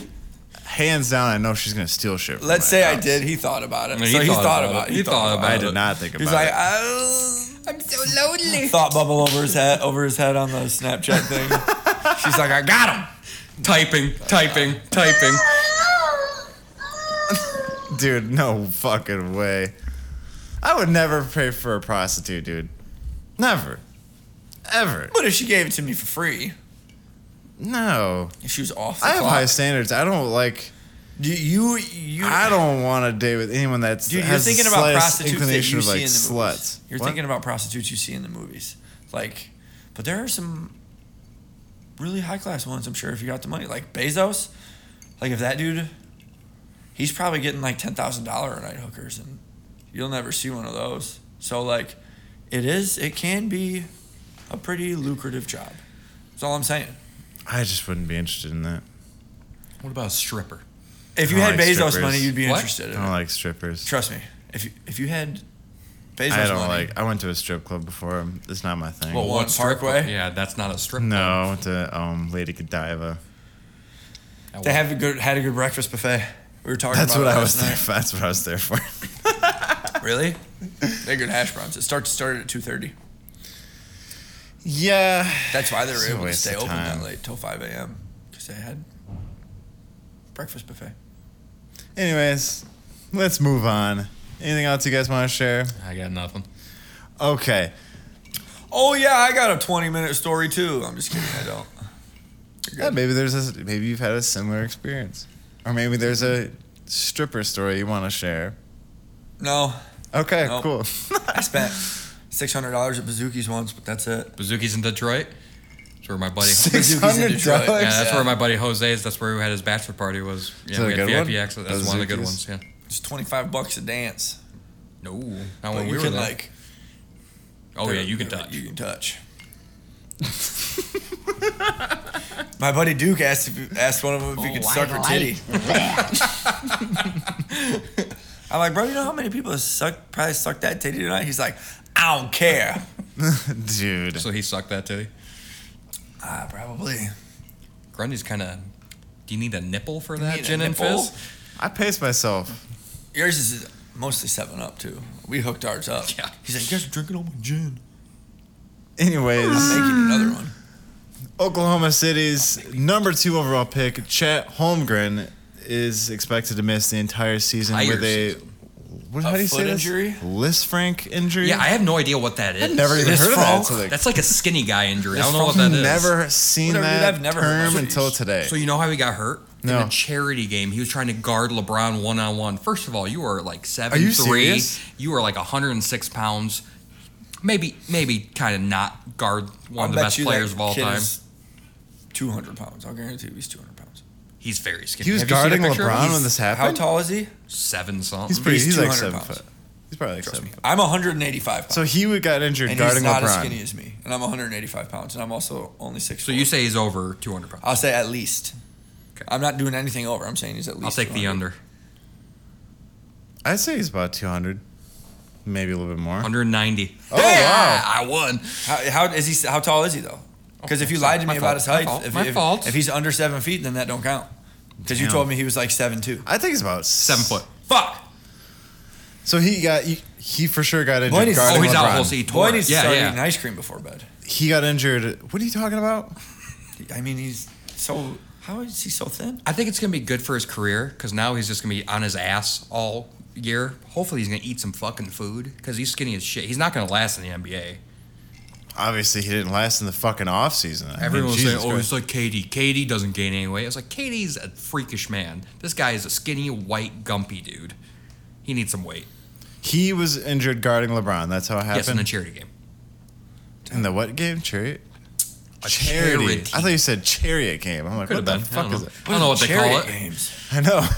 S1: Hands down, I know she's gonna steal shit. From
S3: Let's
S1: my
S3: say I
S1: house.
S3: did. He thought about it.
S2: Yeah, he
S3: so he
S2: thought
S3: thought
S2: about
S3: about it.
S2: it. He thought about
S1: I
S3: it.
S1: did not think about
S3: He's like,
S1: it.
S3: "Oh."
S4: I'm so lonely.
S3: thought bubble over his head, over his head on the Snapchat thing. She's like, I got him.
S2: Typing, typing,
S3: Uh,
S2: typing.
S3: "Ah."
S1: dude, no fucking way. I would never pay for a prostitute, dude. Never, ever.
S3: But if she gave it to me for free,
S1: No,
S3: if she was off the
S1: I have
S3: clock,
S1: high standards. I don't like.
S3: do you you
S1: I don't want to date with anyone that's
S3: Dude, you're
S1: has the
S3: thinking about
S1: slightest
S3: prostitutes that
S1: inclination
S3: you
S1: of,
S3: see
S1: like,
S3: in the
S1: sluts.
S3: movies. You're
S1: What?
S3: thinking about prostitutes you see in the movies, like. But there are some really high class ones. I'm sure if you got the money, like Bezos, like if that dude, he's probably getting like ten thousand dollar a night hookers, and you'll never see one of those. So like, it is it can be a pretty lucrative job. That's all I'm saying.
S1: I just wouldn't be interested in that.
S2: What about a stripper?
S3: If you
S1: I
S3: had
S1: like
S3: Bezos
S1: strippers.
S3: money, you'd be
S2: What?
S1: I
S3: interested in
S1: don't
S3: it.
S1: like strippers.
S3: Trust me. If you if you had Bezos
S1: I don't
S3: money,
S1: like. I went to a strip club before. um, It's not my thing.
S3: Well,
S2: What
S3: one
S2: strip
S3: Parkway?
S2: club? Yeah, that's not a strip.
S1: no,
S2: club.
S1: I went to um, Lady Godiva.
S2: That
S3: They
S2: was-
S3: have a good had a good breakfast buffet. We were talking
S1: That's
S3: about
S1: what I
S3: it
S1: was
S3: last
S1: there. For. That's what I was there
S3: *laughs*
S1: for.
S3: night. Really?
S1: *laughs*
S3: They had good hash browns. It starts started at two thirty.
S1: yeah.
S3: That's why they were
S1: It's a
S3: able to
S1: waste
S3: stay
S1: of
S3: open that
S1: time.
S3: late till five a.m. because they had breakfast buffet.
S1: Anyways, let's move on. Anything else you guys want to share?
S2: I got nothing.
S1: Okay.
S3: Oh yeah, I got a twenty minute story too. I'm just kidding. I don't.
S1: Yeah, maybe there's a maybe you've had a similar experience, or maybe there's a stripper story you want to share.
S3: No,
S1: Okay,
S3: Nope.
S1: cool. *laughs*
S3: I spent six hundred dollars at Bazooki's once, but that's it.
S2: Bazooki's in Detroit. That's where my
S3: *laughs*
S2: buddy.
S1: Six
S3: Bazooki's in
S1: hundred
S3: Detroit.
S1: dollars.
S2: Yeah, that's
S3: Yeah.
S2: where my buddy Jose is. That's where we had his bachelor party. Was
S1: Is
S2: yeah,
S1: that
S2: we
S1: a
S2: had
S1: good
S2: VIP
S1: one?
S2: access. That's one of the good
S1: Bazookas?
S2: ones. Yeah.
S3: It's twenty five bucks a dance.
S2: No, not
S3: But
S2: when
S3: you
S2: we were
S3: can
S2: there.
S3: like.
S2: oh yeah, you can
S3: They're-
S2: touch.
S3: You can touch. *laughs* My buddy Duke asked if, asked one of them if he could suck her titty. *laughs* I'm like, bro, you know how many people suck probably sucked that titty tonight? He's like, I don't care. *laughs*
S1: Dude,
S2: So he sucked that titty.
S3: Ah, probably.
S2: Grundy's kind of. Do you need a nipple for that
S3: need a
S2: gin and
S3: nipple?
S2: fizz?
S1: I paced myself.
S3: Yours is mostly seven up too. We hooked ours up.
S2: Yeah.
S3: He's like, you guys are drinking all my gin.
S1: Anyways,
S3: Making another one.
S1: Oklahoma City's number two overall pick, Chet Holmgren, is expected to miss the entire season
S2: Entire
S1: with a what, how
S3: A
S1: do you say
S3: foot
S1: this?
S3: injury?
S1: Lisfranc injury.
S2: Yeah, I have no idea what that is.
S1: never even heard of that.
S3: Lisfranc?
S1: until, like,
S2: That's like a skinny guy injury. I don't know
S1: I've
S2: what that is.
S1: Never seen
S3: Whatever, dude,
S1: that
S3: I've never
S1: term
S3: heard of it.
S1: until today.
S2: So you know how he got hurt?
S1: No.
S2: in a charity game. He was trying to guard LeBron one on one. First of all, you are like seven
S1: you
S2: three.
S1: serious?
S2: You are like 106 pounds. Maybe maybe kind of not guard one of the best players of all time.
S3: Two hundred pounds. I'll guarantee you he's two hundred pounds.
S2: He's very skinny.
S1: He was
S2: Have you seen a
S1: guarding
S2: picture of him?
S1: LeBron when
S2: He's
S1: this happened.
S3: How tall is he?
S2: Seven something.
S1: He's pretty.
S3: He's
S1: He's, like
S3: 200
S1: seven
S3: pounds.
S1: foot. He's probably like
S3: Trust
S1: seven
S3: me.
S1: foot.
S3: I'm 185 pounds.
S1: So he would got injured
S3: and
S1: guarding
S3: he's not as
S1: LeBron.
S3: skinny as me, and I'm 185 pounds, and I'm also only six.
S2: so you say he's over 200 pounds.
S3: I'll say at least.
S2: Okay.
S3: I'm not doing anything over. I'm saying he's at least.
S2: I'll take the
S3: 200.
S2: under.
S1: I'd say he's about two hundred, maybe a little bit more.
S2: *laughs* 190.
S1: Oh, wow.
S2: I won.
S3: How, how is he? s- How tall is he though? Because if you lied to me
S2: my fault,
S3: about his
S2: my
S3: height,
S2: fault,
S3: if,
S2: my
S3: if,
S2: fault.
S3: if he's under seven feet, then that don't count. Because you
S1: Damn.
S3: told me he was like seven two.
S1: I think he's about s-
S2: Seven foot. Fuck.
S1: So he got he, he for sure got
S3: Boy,
S1: injured
S3: he's-
S1: guarding
S2: Oh, he's out
S1: LeBron.
S2: whole season. He tore
S3: Boy
S2: it.
S3: needs to
S2: Yeah,
S3: start
S2: yeah.
S3: eating ice cream before bed.
S1: He got injured. What are you talking about?
S3: I mean, he's so. How is he so thin?
S2: I think it's gonna be good for his career because now he's just gonna be on his ass all year. Hopefully, he's gonna eat some fucking food because he's skinny as shit. He's not gonna last in the NBA.
S1: Obviously, he didn't last in the fucking off season. I
S2: Everyone
S1: mean,
S2: was saying,
S1: Jesus
S2: "Oh,
S1: Christ.
S2: it's like KD. KD doesn't gain any weight." I was like, "KD's a freakish man. This guy is a skinny, white, gumpy dude. He needs some weight."
S1: he was injured guarding LeBron. That's how it
S2: Yes, in
S1: happened.
S2: a charity game.
S1: in the what game? Chariot.
S2: A
S1: Charity.
S2: charity.
S1: I thought you said chariot game. I'm like,
S2: Could have
S1: what the
S2: been. I
S1: fuck
S2: don't
S1: is
S2: know.
S1: it?
S2: I don't know what they call
S3: Chariot
S2: it.
S3: Games.
S1: *laughs* I know.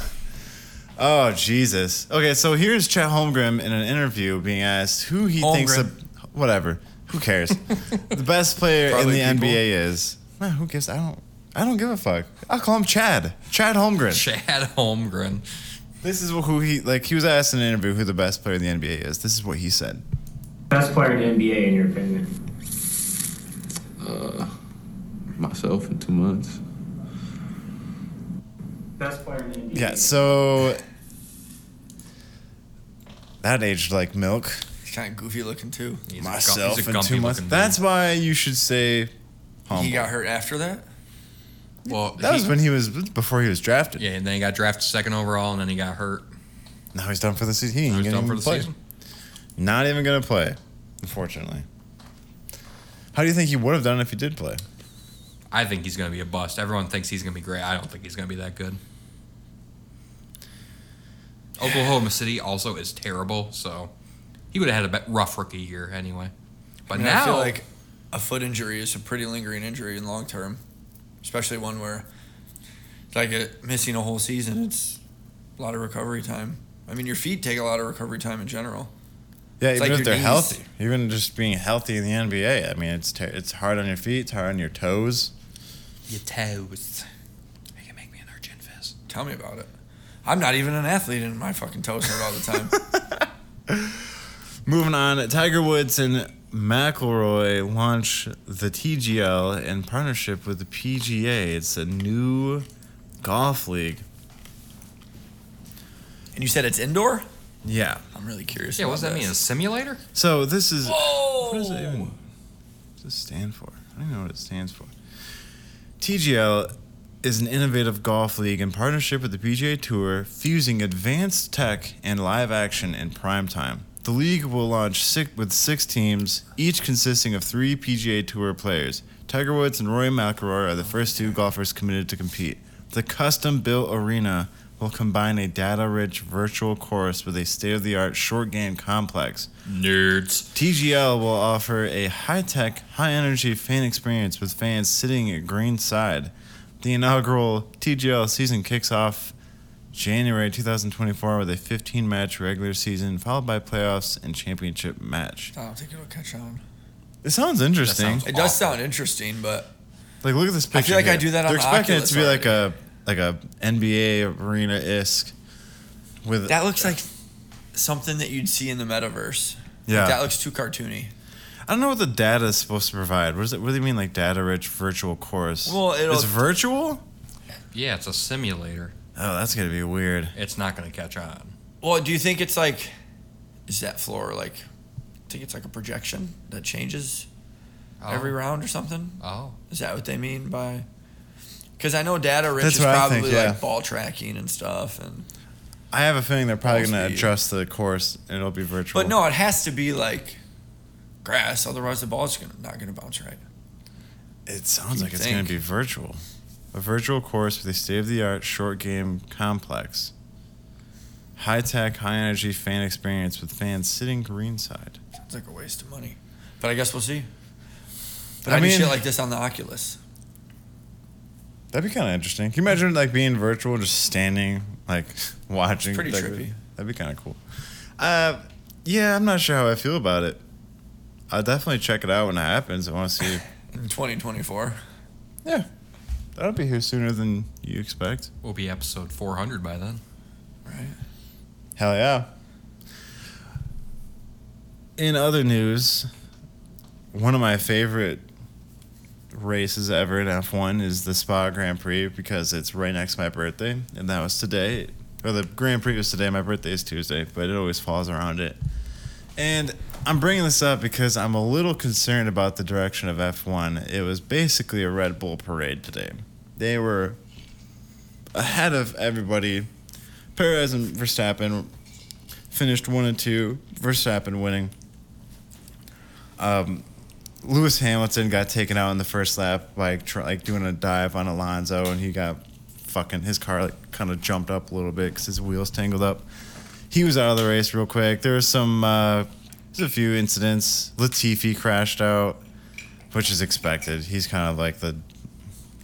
S1: Oh Jesus. Okay, so here's Chet Holmgren in an interview being asked who he thinks the
S3: Holmgren.
S1: whatever. Who
S2: *laughs*
S1: cares? the best player in
S3: Probably
S1: the
S3: people.
S1: NBA is. No, who cares? I don't. I don't give a fuck. I'll call him Chad. Chad Holmgren.
S2: Chad Holmgren.
S1: This is who he like. He was asked in an interview who the best player in the NBA is. This is what he said.
S4: Best player in the NBA, in your opinion?
S5: myself in two months.
S4: Best player in the NBA.
S1: Yeah. So that aged like milk.
S3: He's kind of goofy looking too.
S2: He's a gu- he's a
S1: Myself in two
S2: gumpy-looking
S1: months.
S2: dude.
S1: That's why you should say.
S3: He
S1: Humble.
S3: got hurt after that.
S2: well.
S1: That was
S2: he-
S1: when he was before he was drafted.
S2: yeah, and then he got drafted second overall, and then he got hurt.
S1: Now he's done for the season. He ain't
S2: He was
S1: gonna
S2: done for
S1: even
S2: the
S1: play.
S2: season.
S1: Not even gonna play, unfortunately. How do you think he would have done if he did play?
S2: I think he's gonna be a bust. Everyone thinks he's gonna be great. I don't think he's gonna be that good. Oklahoma City also is terrible, so he would have had a bet- rough rookie year anyway. But
S3: I mean,
S2: now,
S3: I feel like a foot injury is a pretty lingering injury in long term, especially one where like it, missing a whole season. It's a lot of recovery time. I mean, your feet take a lot of recovery time in general.
S1: Yeah,
S3: It's
S1: even if
S3: like your
S1: they're
S3: knees.
S1: healthy, even just being healthy in the NBA. I mean, it's ter- it's hard on your feet, it's hard on your toes.
S2: your toes. You can make me an Argent Fizz.
S3: Tell me about it. I'm not even an athlete, and my fucking toes hurt all the *laughs* time.
S1: Moving on, Tiger Woods and McIlroy launch the TGL in partnership with the PGA. It's a new golf league.
S3: and you said it's indoor.
S1: Yeah.
S3: I'm really curious.
S2: Yeah, what does
S3: about
S2: that mean? A
S3: this. Oh!
S2: simulator?
S1: So this is. What does it even? What does this stand for? I don't even know what it stands for. TGL is an innovative golf league in partnership with the PGA Tour, fusing advanced tech and live action in prime time. The league will launch six, with six teams, each consisting of three PGA Tour players. Tiger Woods and Rory McIlroy are the first two golfers committed to compete. The custom-built arena will combine a data-rich virtual course with a state-of-the-art short game complex.
S2: Nerds.
S1: TGL will offer a high tech, high energy fan experience with fans sitting at greenside. The inaugural TGL season kicks off January 2024 with a 15 match regular season, followed by playoffs and championship match.
S3: I don't think it'll catch on.
S1: It sounds interesting.
S2: sounds-
S3: It does
S2: Awful.
S3: sound interesting, but
S1: like, look at this picture.
S3: I feel like I
S1: here.
S3: do that on
S1: They're
S3: the
S1: expecting
S3: Oculus
S1: it to be like a like a NBA arena isk with
S3: that looks like something that you'd see in the metaverse.
S1: Yeah.
S3: that looks too cartoony.
S1: I don't know what the data is supposed to provide. What does it? What do you mean like data rich virtual course?
S3: Well, it'll-
S1: it's virtual.
S2: Yeah, it's a simulator.
S1: Oh, that's gonna be weird.
S2: It's not going to catch on.
S3: Well, do you think it's like, is that floor like, I think it's like a projection that changes
S2: Oh.
S3: every round or something?
S2: Oh.
S3: Is that what they mean by? Because I know data rich
S1: That's
S3: is
S1: what I
S3: probably
S1: think, yeah.
S3: like ball tracking and stuff, and
S1: I have a feeling they're probably
S3: Must
S1: going to
S3: be.
S1: adjust the course and it'll be virtual.
S3: but no, it has to be like grass, otherwise the ball's gonna, not gonna bounce right.
S1: it sounds
S3: you
S1: like it's
S3: think.
S1: going to be virtual. a virtual course with a state of the art short game complex. High tech, high energy fan experience with fans sitting greenside.
S3: It's like a waste of money. But I guess we'll see. But
S1: I
S3: I, mean,
S1: mean-
S3: shit like this on the Oculus.
S1: That'd be kind of interesting. Can you imagine like being virtual, just standing, like *laughs* watching?
S3: pretty
S1: like,
S3: trippy.
S1: That'd be kind of cool. Uh, yeah, I'm not sure how I feel about it. I'll definitely check it out when it happens. I want to see.
S3: In 2024.
S1: yeah, that'll be here sooner than you expect.
S2: We'll be episode 400 by then.
S3: Right.
S1: Hell yeah. In other news, one of my favorite races ever in F1 is the Spa Grand Prix because it's right next to my birthday, and that was today. Or the Grand Prix was today. My birthday is Tuesday, but it always falls around it. And I'm bringing this up because I'm a little concerned about the direction of F1. It was basically a Red Bull parade today. They were ahead of everybody Perez and Verstappen finished one and two. Verstappen winning. Um, Lewis Hamilton got taken out in the first lap by tr- like doing a dive on Alonso, and he got fucking his car like kind of jumped up a little bit because his wheels tangled up. He was out of the race real quick. There was some, uh, there's a few incidents. Latifi crashed out, which is expected. He's kind of like the,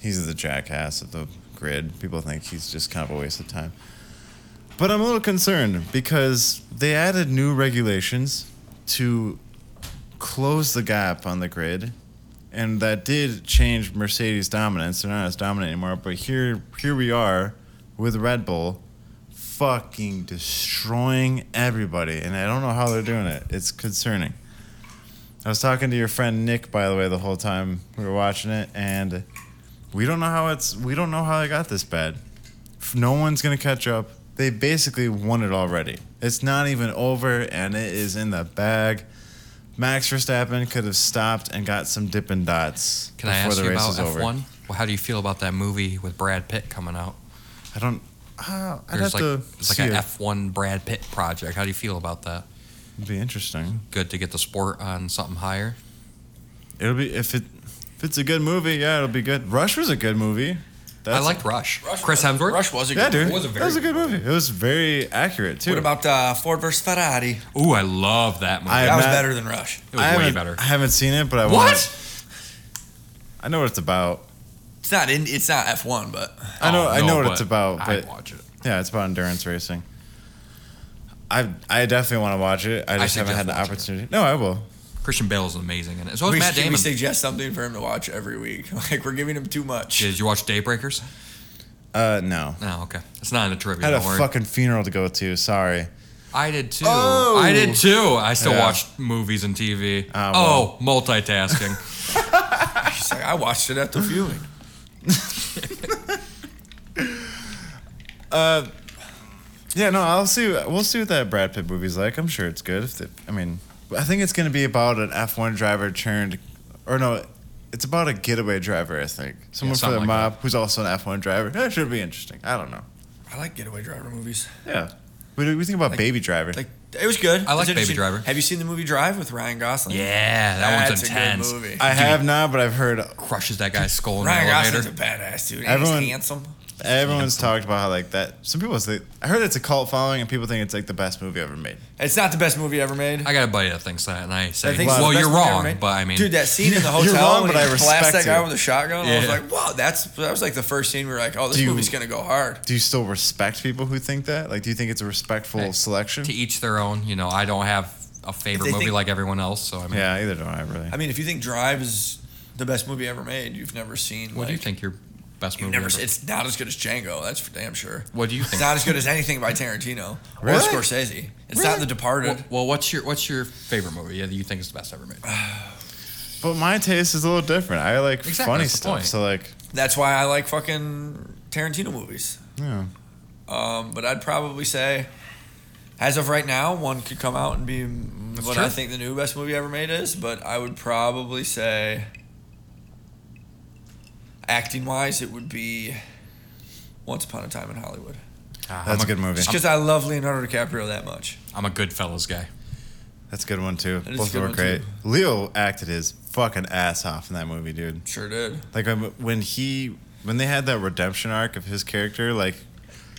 S1: he's the jackass of the grid. People think he's just kind of a waste of time. But I'm a little concerned because they added new regulations to close the gap on the grid, and that did change Mercedes' dominance. They're not as dominant anymore. But here, here we are with Red Bull, fucking destroying everybody, and I don't know how they're doing it. It's concerning. I was talking to your friend Nick, by the way, the whole time we were watching it, and we don't know how it's. We don't know how it got this bad. F- No one's gonna catch up. They basically won it already. It's not even over, and it is in the bag. Max Verstappen could have stopped and got some dip and dots
S2: Can I ask you about F1? Well, how do you feel about that movie with Brad Pitt coming out?
S1: I don't. Uh, I'd
S2: There's
S1: have
S2: like
S1: to
S2: it's like
S1: see
S2: an
S1: it.
S2: F1 Brad Pitt project. How do you feel about that?
S1: It'd be interesting.
S2: Good to get the sport on something higher.
S1: It'll be if it if it's a good movie. Yeah, it'll be good. Rush was a good movie. That's,
S2: I liked Rush. Chris Hemsworth.
S3: Rush was a good
S1: Yeah, dude.
S3: one.
S2: was a
S1: that was a
S2: very
S1: good movie. It was very accurate too.
S3: What about uh, Ford versus Ferrari?
S2: Ooh, I love that movie.
S1: I-
S3: That was
S1: Matt-
S3: better than Rush.
S2: it was
S1: I
S2: way
S1: haven't-
S2: better.
S1: I haven't seen it, but I want.
S2: What?
S1: I know what it's about.
S3: It's not in. It's not F1, but
S1: I know.
S2: Oh,
S1: I
S2: no,
S1: know what
S2: but
S1: it's about.
S2: I'd
S1: But
S2: watch it.
S1: yeah, it's about endurance racing. I I definitely want to watch it. I just haven't
S2: suggest
S1: had the
S2: watching it.
S1: opportunity. No, I will.
S2: Christian Bale is amazing in it. So is
S3: we,
S2: Matt
S3: should- we
S2: Damon.
S3: suggest something for him to watch every week. *laughs* Like we're giving him too much.
S2: Did you watch Daybreakers?
S1: Uh, no.
S2: No, okay. It's not in the trivia.
S1: I had a
S2: don't worry.
S1: fucking funeral to go to. Sorry.
S2: I did too.
S1: Oh!
S2: I did too. I still
S1: Yeah.
S2: watched movies and TV.
S1: Ah,
S2: oh,
S1: *laughs*
S2: multitasking.
S3: He's like, I watched it at the viewing.
S1: Yeah, no. I'll see. We'll see what that Brad Pitt movie's like. I'm sure it's good. If they, I mean, I think it's gonna be about an F1 driver turned, or no, it's about a getaway driver. I think someone for
S2: something
S1: the
S2: like
S1: mob who's also an F1 driver. That should be interesting. I don't know.
S3: I like getaway driver movies.
S1: Yeah. What do we think about Baby Driver?
S3: Like it was good.
S2: I like
S3: It's
S2: Baby
S3: interesting.
S2: Driver.
S3: Have you seen the movie Drive with Ryan Gosling?
S2: yeah, that
S3: that's
S2: one's intense.
S3: a good movie.
S1: I have not, but I've heard
S2: Crushes that guy's skull in
S3: Ryan
S2: the
S3: Gosling's
S2: elevator.
S3: a badass dude.
S1: Everyone-
S3: Everyone, he's handsome.
S1: everyone's talked about how like that. Some people say I heard it's a cult following, and people think it's like the best movie ever made.
S3: It's not the best movie ever made.
S2: I got a buddy that thinks that, and I say,
S3: I think it's
S2: "Well,
S3: the best
S2: you're
S3: movie ever
S2: wrong,"
S3: made.
S2: but I mean,
S3: dude, that scene in the
S1: *laughs* You're
S3: hotel
S1: wrong,
S3: when
S1: but
S3: he
S1: I
S3: blasts that
S1: respect
S3: guy
S1: you.
S3: with the shotgun. I was
S2: Yeah.
S3: like, wow, that's that was like the first scene we were like, oh, this
S1: Do you-
S3: movie's gonna go hard.
S1: Do you still respect people who think that? Like, do you think it's a respectful
S2: Hey,
S1: selection?
S2: to each their own. You know, I don't have a favorite
S3: they
S2: movie
S3: think-
S2: like everyone else, so I mean,
S1: yeah, either don't I really.
S3: I mean, if you think Drive is the best movie ever made, you've never seen.
S2: what
S3: like,
S2: do you think your best
S3: You've
S2: movie?
S3: never.
S2: ever-
S3: Seen, it's not as good as Django. That's for damn sure.
S2: What do you
S3: It's
S2: think?
S3: not as good as anything by Tarantino or
S1: Really?
S3: Scorsese. It's
S1: Really?
S3: not The Departed.
S2: well, well, what's your what's your favorite movie? Yeah, that you think is the best ever made.
S1: but my taste is a little different. I like
S2: Exactly,
S1: funny
S2: that's the
S1: stuff.
S2: point.
S1: So like,
S3: That's why I like fucking Tarantino movies.
S1: yeah.
S3: Um, but I'd probably say, as of right now, one could come out and be mm, what
S2: true.
S3: I think the new best movie ever made is. But I would probably say, acting wise, it would be Once Upon a Time in Hollywood.
S2: Ah,
S1: That's a good movie.
S3: Just because I love Leonardo DiCaprio that much.
S2: I'm a good fellas guy. *laughs*
S1: That's a good one too.
S3: is
S1: Both of
S3: a
S1: them
S3: good
S1: were
S3: one,
S1: great.
S3: too.
S1: Leo acted his fucking ass off in that movie, dude.
S3: Sure did.
S1: Like um, when he when they had that redemption arc of his character, like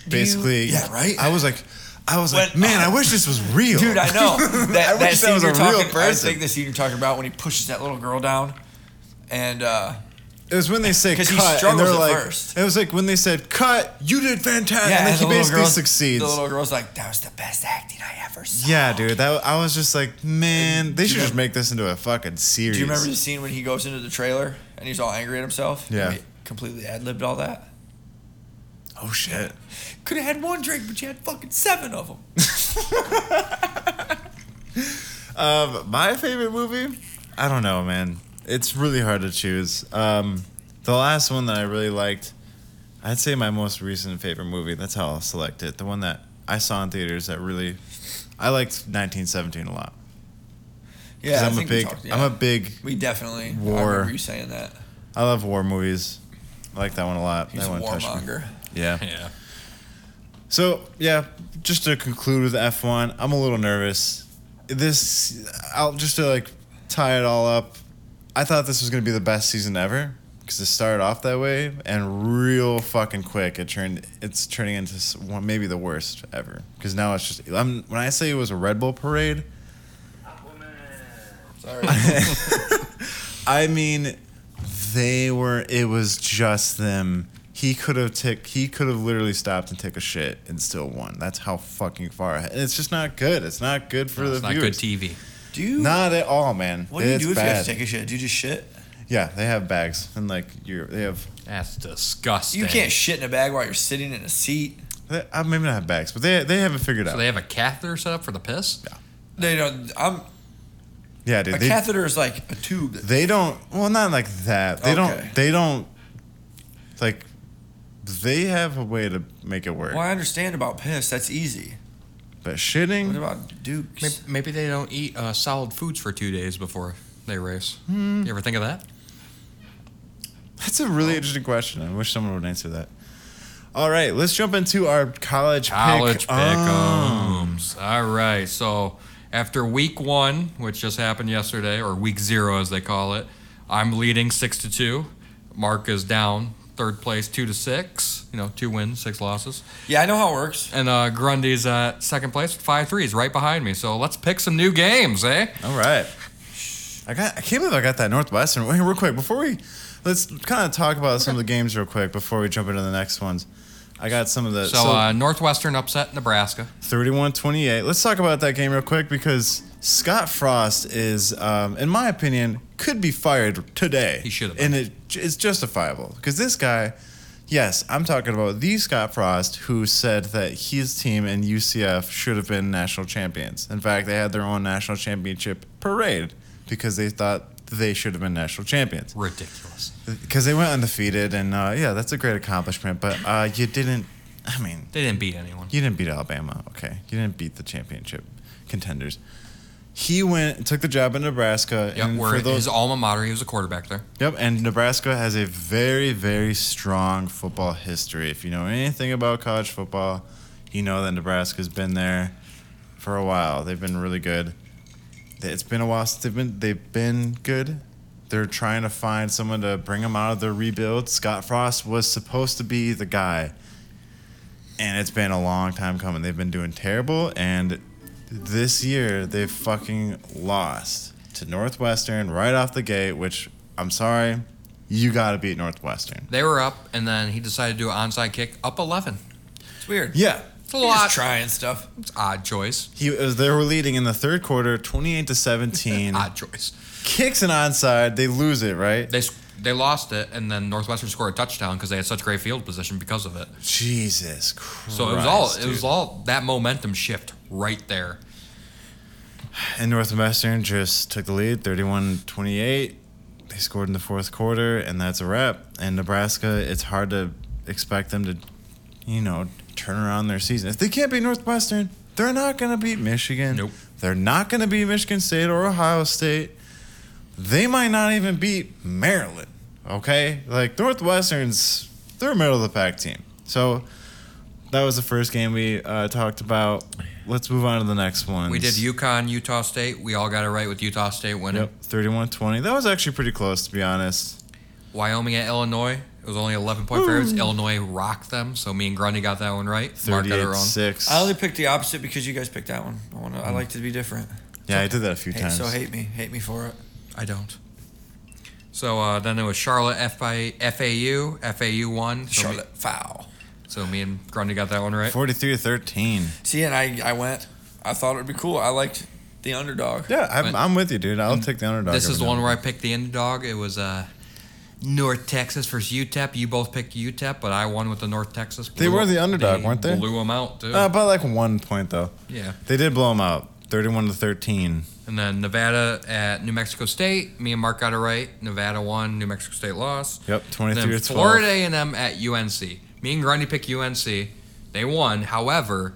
S1: basically,
S3: yeah, right?
S1: I was like, I was like,
S3: When-
S1: man, I wish this was real,
S3: *laughs* Dude, I know
S1: *laughs*
S3: that,
S1: I
S3: that
S1: wish
S3: scene
S1: that was
S3: you're
S1: a
S3: talking,
S1: real person.
S3: I think the scene you're talking about when he pushes that little girl down, and uh,
S1: It was when they say
S3: 'Cause
S1: cut,
S3: he
S1: and they're
S3: struggles at
S1: like,
S3: first.
S1: it was like when they said cut, you did fantastic,
S3: yeah,
S1: and like
S3: and the
S1: he
S3: little
S1: basically
S3: girl's-
S1: succeeds.
S3: The little girl's like, "That was the best acting I ever saw."
S1: yeah, dude, that I was just like, man, they
S3: Do you
S1: should just
S3: remember-
S1: make this into a fucking series.
S3: Do you remember the scene when he goes into the trailer and he's all angry at himself?
S1: Yeah.
S3: And he completely ad libbed all that.
S1: Oh shit!
S3: Could have had one drink, but you had fucking seven of them.
S1: Um, my favorite movie? I don't know, man. It's really hard to choose. Um, the last one that I really liked, I'd say my most recent favorite movie. That's how I'll select it. The one that I saw in theaters that really, I liked 1917 a lot. 'Cause
S3: I
S1: I'm a
S3: think we
S1: big,
S3: talked-
S1: I'm
S3: yeah.
S1: a big,
S3: We definitely. I
S1: War.
S3: remember you saying that.
S1: I love war movies. I like that one a lot.
S3: He's
S1: that
S3: a
S1: one touched me.
S3: warmonger.
S1: Yeah.
S2: Yeah.
S1: So yeah, just to conclude with F one, I'm a little nervous. This, I'll just to like tie it all up. I thought this was gonna be the best season ever because it started off that way and real fucking quick it turned. It's turning into s- one, maybe the worst ever because now it's just. I'm, when I say it was a Red Bull parade,
S3: Sorry.
S1: *laughs* I mean, they were. It was just them. He could have tick. He could have literally stopped and took a shit and still won. That's how fucking far. ahead. And it's just not good. It's not good for the
S2: It's not good
S1: viewers.
S2: TV.
S3: do you?
S1: Not at all, man.
S3: what do you
S1: It's
S3: do if you
S1: bad.
S3: have to take a shit? Do you just shit?
S1: Yeah, they have bags and like you're. They have.
S2: That's disgusting.
S3: You can't shit in a bag while you're sitting in a seat.
S1: They, uh, maybe not have bags, but they they haven't figured
S2: so
S1: out.
S2: they have a catheter set up for the piss.
S3: They don't. I'm.
S1: yeah,
S3: A
S1: dude. They,
S3: catheter is like a tube. That,
S1: they don't. Well, not like that. They
S3: Okay.
S1: don't. They don't. Like, they have a way to make it work.
S3: well, I understand about piss. That's easy.
S1: But shitting.
S3: What about dukes?
S2: Maybe, maybe they don't eat uh, solid foods for two days before they race. You ever think of that?
S1: That's a really interesting question. I wish someone would answer that. All right, let's jump into our college,
S2: College
S1: pick.
S2: pickums. All right. So after week one, which just happened yesterday, or week zero as they call it, I'm leading six to two. Mark is down third place, two to six. You know, two wins, six losses.
S3: yeah, I know how it works.
S2: And uh, Grundy's at second place, five threes, right behind me. So let's pick some new games, eh?
S1: All right. I got. I can't believe I got that Northwestern. Wait, real quick before we, let's kind of talk about some of the games real quick before we jump into the next ones. I got some of the
S2: So, uh, Northwestern upset Nebraska.
S1: 31-28. Let's talk about that game real quick because Scott Frost is, um, in my opinion, could be fired today.
S2: He should have been.
S1: And it, it's justifiable because this guy, yes, I'm talking about the Scott Frost who said that his team and UCF should have been national champions. In fact, they had their own national championship parade because they thought they should have been national champions
S2: Ridiculous.
S1: because they went undefeated and uh, yeah, that's a great accomplishment. But uh, you didn't. I mean.
S2: They didn't beat anyone.
S1: You didn't beat Alabama, okay? You didn't beat the championship contenders. He went took the job in Nebraska.
S2: Yep,
S1: and
S2: where
S1: for those,
S2: his alma mater, he was a quarterback there.
S1: yep, and Nebraska has a very, very strong football history. If you know anything about college football, you know that Nebraska's been there for a while. They've been really good. It's been a while since they've been they've been good. They're trying to find someone to bring them out of their rebuild. Scott Frost was supposed to be the guy and it's been a long time coming. They've been doing terrible, and this year they fucking lost to Northwestern right off the gate. Which I'm sorry, you got to beat Northwestern.
S2: They were up, and then he decided to do an onside kick up 11.
S3: It's weird.
S1: Yeah,
S2: It's a
S3: You're
S2: lot.
S3: Just trying stuff.
S2: It's odd choice.
S1: he was. They were leading in the third quarter, 28 to *laughs* 17.
S2: Odd choice.
S1: Kicks an onside, they lose it. Right?
S2: They s- they lost it, and then Northwestern scored a touchdown because they had such great field position because of it.
S1: Jesus Christ!
S2: So it was all it
S1: dude.
S2: was all that momentum shift right there.
S1: And Northwestern just took the lead 31 28. They scored in the fourth quarter, and that's a wrap. And Nebraska, it's hard to expect them to, you know, turn around their season. If they can't beat Northwestern, they're not going to beat Michigan.
S2: Nope.
S1: They're not going to beat Michigan State or Ohio State. They might not even beat Maryland. Okay? Like, Northwestern's, they're a middle of the pack team. So that was the first game we uh, talked about. Let's move on to the next one.
S2: We did Yukon, Utah State. We all got it right with Utah State winning.
S1: Yep, 31 20. That was actually pretty close, to be honest.
S2: Wyoming at Illinois. It was only 11 point favorites. Illinois rocked them, so me and Grundy got that one right. Mark got it
S1: 38
S2: wrong.
S1: 6.
S3: I only picked the opposite because you guys picked that one. I want to. I like to be different.
S1: Yeah, I did that a few
S3: Hate,
S1: times.
S3: so hate me, hate me for it.
S2: I don't. So uh, then it was Charlotte FI, FAU. FAU won. So
S3: Charlotte foul.
S2: Me, so me and Grundy got that one right.
S1: 43 to 13.
S3: See, and I, I went. I thought it would be cool. I liked the underdog.
S1: Yeah, I'm,
S2: But-
S1: I'm with you, dude. I'll take the underdog.
S2: This is
S1: every
S2: the
S1: now
S2: one
S1: and
S2: where I picked the underdog. It was uh, North Texas versus UTEP. You both picked UTEP, but I won with the North Texas.
S1: They were the underdog, weren't they?
S2: Blew them out, dude.
S1: then. Uh, by like one point, though.
S2: yeah.
S1: They did blow them out 31 to 13.
S2: And then Nevada at New Mexico State. Me and Mark got it right. Nevada won. New Mexico State lost.
S1: Yep,
S2: And
S1: 23
S2: then
S1: to 12.
S2: Florida A&M at UNC. Me and Grundy picked UNC. They won. However,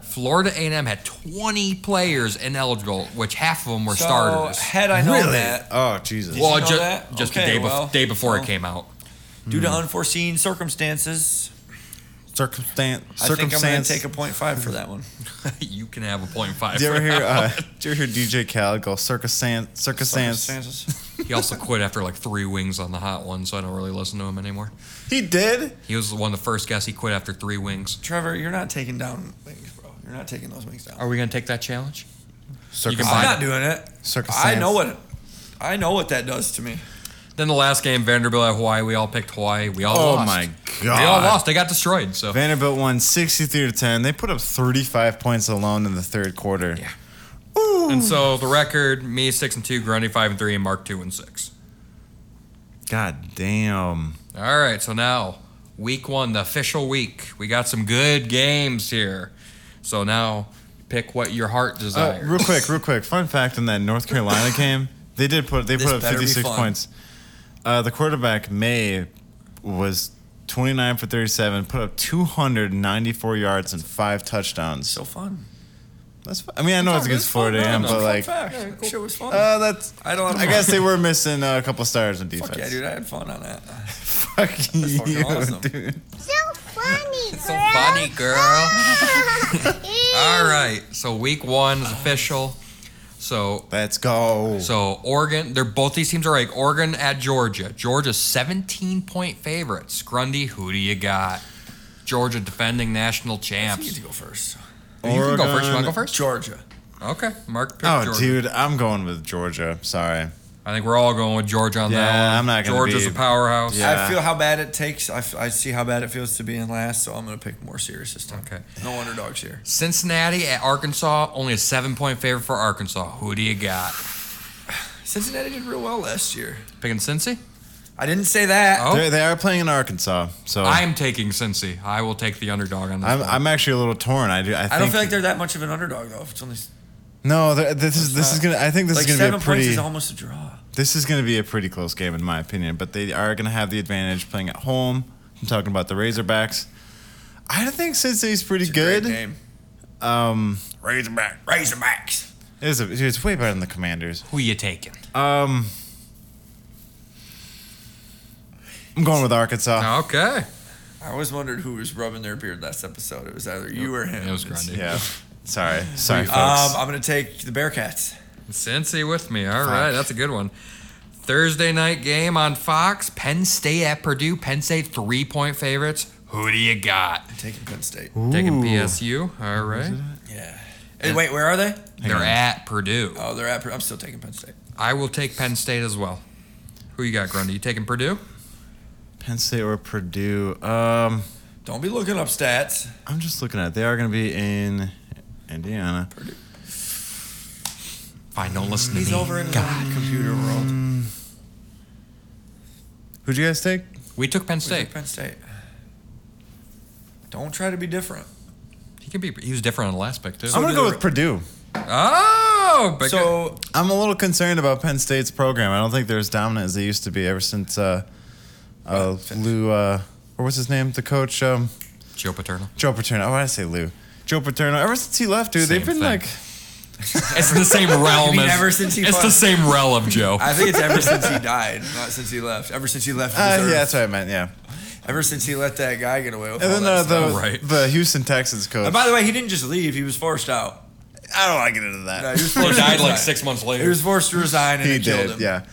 S2: Florida A&M had 20 players ineligible, which half of them were
S3: So,
S2: starters.
S3: Had I known
S1: Really?
S3: that,
S1: Oh, Jesus.
S3: Did you
S2: Well,
S3: know
S2: ju-
S3: that?
S2: just
S3: Okay,
S2: the day, bef-
S3: well,
S2: day before
S3: so-
S2: it came out.
S3: due to unforeseen circumstances,
S1: Circumstance.
S3: I think I'm going to
S1: circumstance.
S3: take a point five for that one.
S2: *laughs* you can have a point five.
S1: Did you
S2: for
S1: ever hear?
S2: that
S3: *laughs*
S1: Uh, did you ever hear DJ Khaled go circumstance? Circumstance.
S3: Circumstances.
S1: uh,
S2: one. *laughs* he also quit after like three wings on the hot one, so I don't really listen to him anymore.
S1: He did.
S2: He was the one, the first guest. He quit after three wings.
S3: Trevor, you're not taking down wings, bro. You're not taking those wings down.
S2: Are we gonna take that challenge?
S1: Circum-
S2: can buy
S3: I'm
S2: it.
S3: not doing it. I
S1: Circumstance.
S3: know what. I know what that does to me.
S2: Then the last game, Vanderbilt at Hawaii. We all picked Hawaii. We all
S1: Oh
S2: lost.
S1: my
S2: We
S1: God.
S2: all lost. They got destroyed. So
S1: Vanderbilt won 63 to 10. They put up 35 points alone in the third quarter.
S2: Yeah. And so the record: me six and two, Grundy five and three, and Mark two and six.
S1: God damn.
S2: All right, so now week one, the official week. We got some good games here. So now pick what your heart
S1: Uh,
S2: desires.
S1: real quick, real quick. Fun fact in that North
S3: *laughs*
S1: Carolina game, they did put they
S3: This
S1: put up
S3: better be
S1: 56
S3: fun.
S1: points. Uh, the quarterback May was 29 for 37, put up 294 yards and five touchdowns.
S3: So fun.
S1: That's I mean, I know it's against Florida
S3: No,
S1: A&M,
S3: no,
S1: but
S3: fun
S1: like
S3: fact. Shit was fun.
S1: uh, that's
S3: I had a lot of
S1: I
S3: fun.
S1: guess they were missing uh, a couple stars in defense.
S3: Fuck yeah, dude! I had fun on
S1: *laughs*
S3: that.
S1: Fuck you,
S3: fucking awesome.
S1: dude.
S6: So funny, girl.
S2: so funny, Ah, girl.
S6: Ew.
S2: *laughs*
S6: *laughs*
S2: All right, so week one is official. So
S1: Let's go.
S2: So Oregon, they're both these teams are like Oregon at Georgia. Georgia's 17 point favorites. Grundy, who do you got? Georgia defending national
S3: You need
S2: champs.
S3: to go first.
S2: You can go first. You
S1: Oregon-
S2: want to go first?
S3: Georgia.
S2: Okay, Mark. Picked
S1: Oh,
S2: Georgia.
S1: dude, I'm going with Georgia. Sorry.
S2: I think we're all going with Georgia on that.
S1: Yeah,
S2: one.
S1: I'm not gonna
S2: Georgia's
S1: be-
S2: a powerhouse.
S1: Yeah.
S3: I feel how bad it takes. I, f- I see how bad it feels to be in last, so I'm going to pick more serious this time.
S2: Okay.
S3: No underdogs here.
S2: Cincinnati at Arkansas, only a seven point favorite for Arkansas. Who do you got?
S3: Cincinnati did real well last year.
S2: Picking Cincy?
S3: I didn't say that.
S2: Oh.
S1: They're, they are playing in Arkansas, so
S2: I'm taking Cincy. I will take the underdog on this.
S1: Oh. I'm,
S2: one.
S1: I'm actually a little torn. I do. I,
S3: I don't
S1: think-
S3: feel like they're that much of an underdog though. If it's only s-
S1: No, th- this is this is gonna. I think this
S3: like
S1: is gonna
S3: seven
S1: be a
S3: points
S1: pretty.
S3: is almost a draw.
S1: this is gonna be a pretty close game in my opinion. But they are gonna have the advantage playing at home. I'm talking about the Razorbacks. I think Cincinnati's pretty
S3: It's a
S1: good.
S3: Great name.
S1: Um, Razorback.
S3: Razorbacks.
S1: It's, a, dude, it's way better than the Commanders.
S2: who you taking?
S1: Um, I'm going with Arkansas.
S2: Okay.
S3: I always wondered who was rubbing their beard last episode. It was either you or him.
S2: It was
S3: It's-
S2: Grundy.
S1: Yeah. Sorry. Sorry, folks.
S3: Um, I'm going to take the Bearcats.
S2: Cincy with me. All right, that's a good one. Thursday night game on Fox. Penn State at Purdue. Penn State three point favorites. Who do you got?
S3: Taking Penn State.
S1: Ooh.
S2: Taking PSU. All right.
S3: Yeah. Hey, wait, where are they?
S2: They're at Purdue.
S3: Oh, they're at. I'm still taking Penn State.
S2: I will take Penn State as well. Who you got, Grundy? You taking Purdue?
S1: Penn State or Purdue. Um,
S3: Don't be looking up stats.
S1: I'm just looking at. They are going to be in Indiana.
S2: Fine, don't listen to
S3: He's
S2: me.
S3: over in the computer world.
S1: Who'd you guys take?
S2: We took Penn
S3: We took
S2: State.
S3: Penn State. Don't try to be different.
S2: He can be. He was different on the last pick too.
S1: I'm
S3: So
S1: going
S3: do
S1: to go
S3: the-
S1: with Purdue.
S2: Oh, pick it.
S3: So
S1: I'm a little concerned about Penn State's program. I don't think they're as dominant as they used to be ever since uh, uh, Lou, uh, or what's his name? The coach, um,
S2: Joe Paterno.
S1: Joe Paterno. Oh, why did I say Lou? Joe Paterno. Ever since he left, dude,
S2: Same
S1: they've been
S2: thing.
S1: like,
S2: It's the
S3: *laughs*
S2: same realm
S3: mean
S2: as.
S3: ever since he
S2: it's the
S3: fought-
S2: same realm of Joe.
S3: *laughs* I think it's ever since he *laughs* died, not since he left. Ever since he left,
S1: uh, yeah,
S3: Missouri.
S1: that's what I meant, yeah.
S3: Ever since he let that guy get away with
S1: And
S3: all
S1: then
S3: that
S1: uh,
S3: stuff.
S1: the,
S2: Right.
S1: the Houston Texans coach.
S3: And by the way, he didn't just leave; he was forced out.
S1: I don't want to get into that.
S3: No, he was
S2: He
S1: *laughs*
S3: forced to
S2: died like
S3: *laughs* resign.
S2: six months
S3: He
S2: later.
S3: was forced to resign, and
S1: he
S3: it killed
S1: did,
S3: him.
S1: yeah.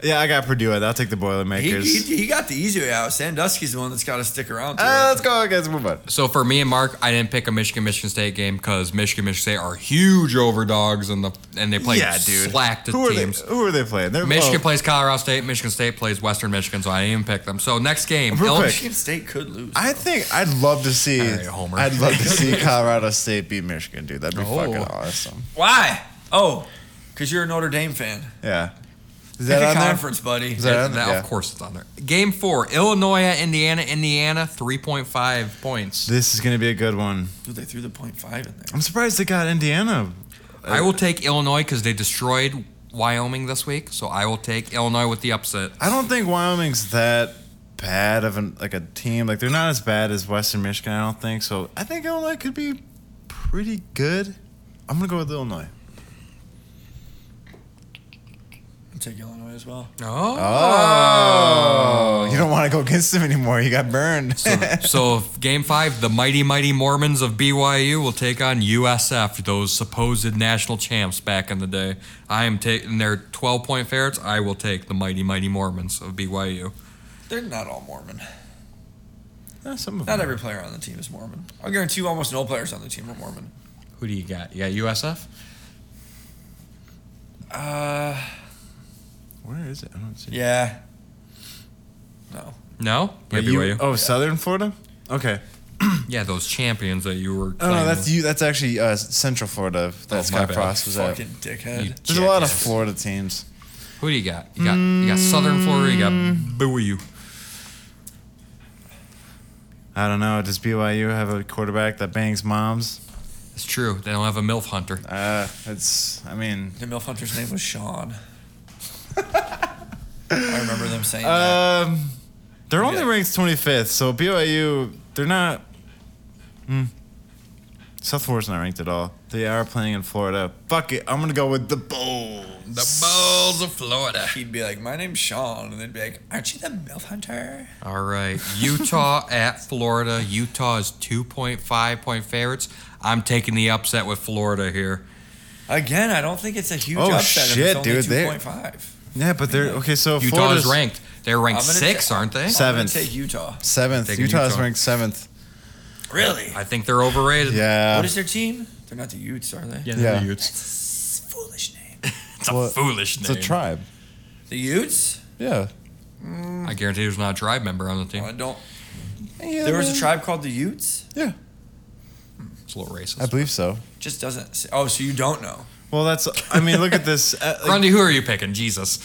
S1: Yeah, I got Purdue. I'll take the
S3: He,
S1: Boilermakers.
S3: he, he got the easy way out. Sandusky's the one that's got to stick around. To
S1: Ah,
S3: it.
S1: let's go. Guys, move on.
S2: So for me and Mark, I didn't pick a Michigan Michigan State game because Michigan Michigan State are huge overdogs and the and they play
S1: yeah, dude.
S2: slack to
S1: who are
S2: teams.
S1: They, who are they playing? They're
S2: Michigan
S1: oh,
S2: plays Colorado State. Michigan State plays Western Michigan, so I didn't even pick them. So next game,
S1: Real
S2: Illinois-
S1: quick.
S3: Michigan State could lose.
S1: I think I'd love to see.
S2: All right, Homer.
S1: I'd love
S2: *laughs*
S1: to see Colorado State beat Michigan, dude. That'd be
S2: Oh.
S1: fucking awesome.
S3: Why? Oh, because you're a Notre Dame fan.
S1: Yeah. Is
S3: Pick
S1: that
S3: a
S1: on there?
S3: conference, buddy.
S1: Is that
S2: Yeah,
S1: on there?
S2: that-
S1: Yeah.
S2: Of course, it's on there. Game four, Illinois at Indiana. Indiana, three point five points.
S1: This is gonna be a good one.
S3: Dude, they threw the point five in there.
S1: I'm surprised they got Indiana.
S2: I will take Illinois because they destroyed Wyoming this week, so I will take Illinois with the upset.
S1: I don't think Wyoming's that bad of an like a team. Like they're not as bad as Western Michigan. I don't think so. I think Illinois could be pretty good. I'm gonna go with Illinois.
S3: I'll take Illinois as well.
S1: Oh, you don't want to go against them anymore. You got
S2: *laughs*
S1: burned.
S2: So, so game five, the mighty, mighty Mormons of BYU will take on USF, those supposed national champs back in the day. I am taking their 12 point favorites. I will take the mighty, mighty Mormons of BYU.
S3: They're not all Mormon.
S1: Eh, some of
S3: Not
S1: them.
S3: every player on the team is Mormon. I guarantee you, almost no players on the team are Mormon.
S2: Who do you got? You got USF?
S3: Uh,
S1: Where is it? I don't see. it.
S3: yeah. No.
S2: No? Yeah,
S1: Wait, you-
S2: BYU.
S1: oh, Southern Florida. Okay.
S2: Yeah, those champions that you were.
S1: Oh no,
S2: claiming.
S1: that's you. That's actually uh, Central Florida. That
S2: Oh, my
S1: Scott
S2: bad.
S1: Frost was at.
S3: Fucking dickhead.
S2: You
S1: There's a lot of
S2: jackass.
S1: Florida teams.
S2: Who do you got? You got you got Southern Florida. You got BYU.
S1: I don't know. Does BYU have a quarterback that bangs moms?
S2: It's true. They don't have a milf hunter.
S1: Uh, it's. I mean,
S3: The MILF Hunter's name
S1: *laughs*
S3: was Sean. I remember them saying that.
S1: um, they're only
S3: Yeah.
S1: ranked 25th. So BYU, they're not. Hmm. South Florida's not ranked at all. They are playing in Florida. Fuck it. I'm gonna go with the Bulls.
S2: The Bulls of Florida.
S3: He'd be like, My name's Sean. And they'd be like, Aren't you the MILF Hunter?
S2: All right. Utah at Florida. Utah is 2.5 point favorites. I'm taking the upset with Florida here.
S3: Again, I don't think it's a huge
S1: Oh,
S3: upset. if
S1: shit,
S3: it's only
S1: dude, they-
S3: 2.5.
S1: Yeah, but they're okay. So
S2: Utah
S1: Florida's
S2: is ranked. They're ranked
S3: I'm gonna
S2: six,
S3: ta-
S2: aren't they?
S1: So- Seventh.
S3: I'm gonna take Utah.
S1: seventh.
S2: Taking
S1: Utah's
S2: Utah.
S1: ranked seventh.
S3: Really?
S2: I think they're overrated.
S1: Yeah.
S3: What is their team? They're not the Utes, are they?
S1: Yeah.
S2: Utes.
S3: Foolish name.
S2: It's a
S1: Well,
S2: foolish
S1: It's
S2: name.
S1: a tribe.
S3: The Utes?
S1: Yeah.
S2: I guarantee there's not a tribe member on the
S3: Oh, I
S2: team.
S3: don't. There was a tribe called the Utes.
S1: Yeah,
S2: It's a little racist.
S1: I believe so.
S3: Just doesn't. Say, oh, so you don't know?
S1: Well, that's. I mean, look at this. Uh, like,
S2: Grundy, who are you picking? Jesus.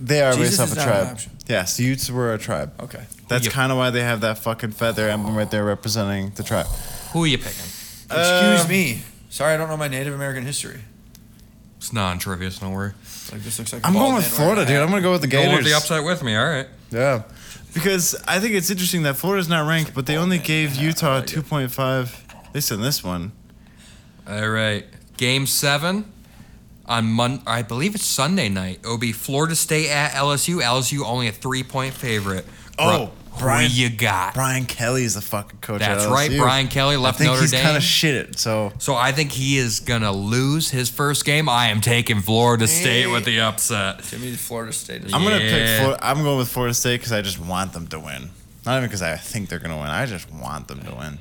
S1: they are
S3: Jesus
S1: based off
S3: is
S1: a
S3: not an
S1: tribe.
S3: option.
S1: Yes, the Utes were a tribe.
S3: Okay.
S1: That's
S2: Yep.
S1: kind of why they have that fucking feather emblem right there representing the tribe.
S2: Who are you picking?
S1: Uh,
S3: Excuse me. Sorry, I don't know my Native American history.
S2: It's non-trivia, so don't worry.
S3: It's Like this looks like. a
S1: I'm
S3: bald
S1: going with
S3: man wearing
S1: Florida,
S3: a
S1: dude.
S3: hat.
S1: I'm going to go with the
S2: Go
S1: Gators.
S2: with the upset with me. All right.
S1: Yeah, because I think it's interesting that Florida's not ranked, but they only gave Utah 2.5. At least in this one.
S2: All right. Game seven on Mon. I believe it's Sunday night. It'll be Florida State at LSU. LSU only a three point favorite.
S1: Oh,
S2: Bru-
S1: Brian-
S2: who you got?
S1: Brian Kelly is the fucking coach. at
S2: That's right.
S1: LSU.
S2: Brian Kelly
S1: I
S2: left
S1: think
S2: Notre
S1: he's
S2: Dame.
S1: kind of shit. So
S2: so I think he is gonna lose his first game. I am taking Florida State with the upset.
S3: Give me the Florida State.
S1: I'm gonna pick.
S2: Yeah.
S1: Florida, I'm going with Florida State because I just want them to win. Not even because I think they're gonna win. I just want them to win.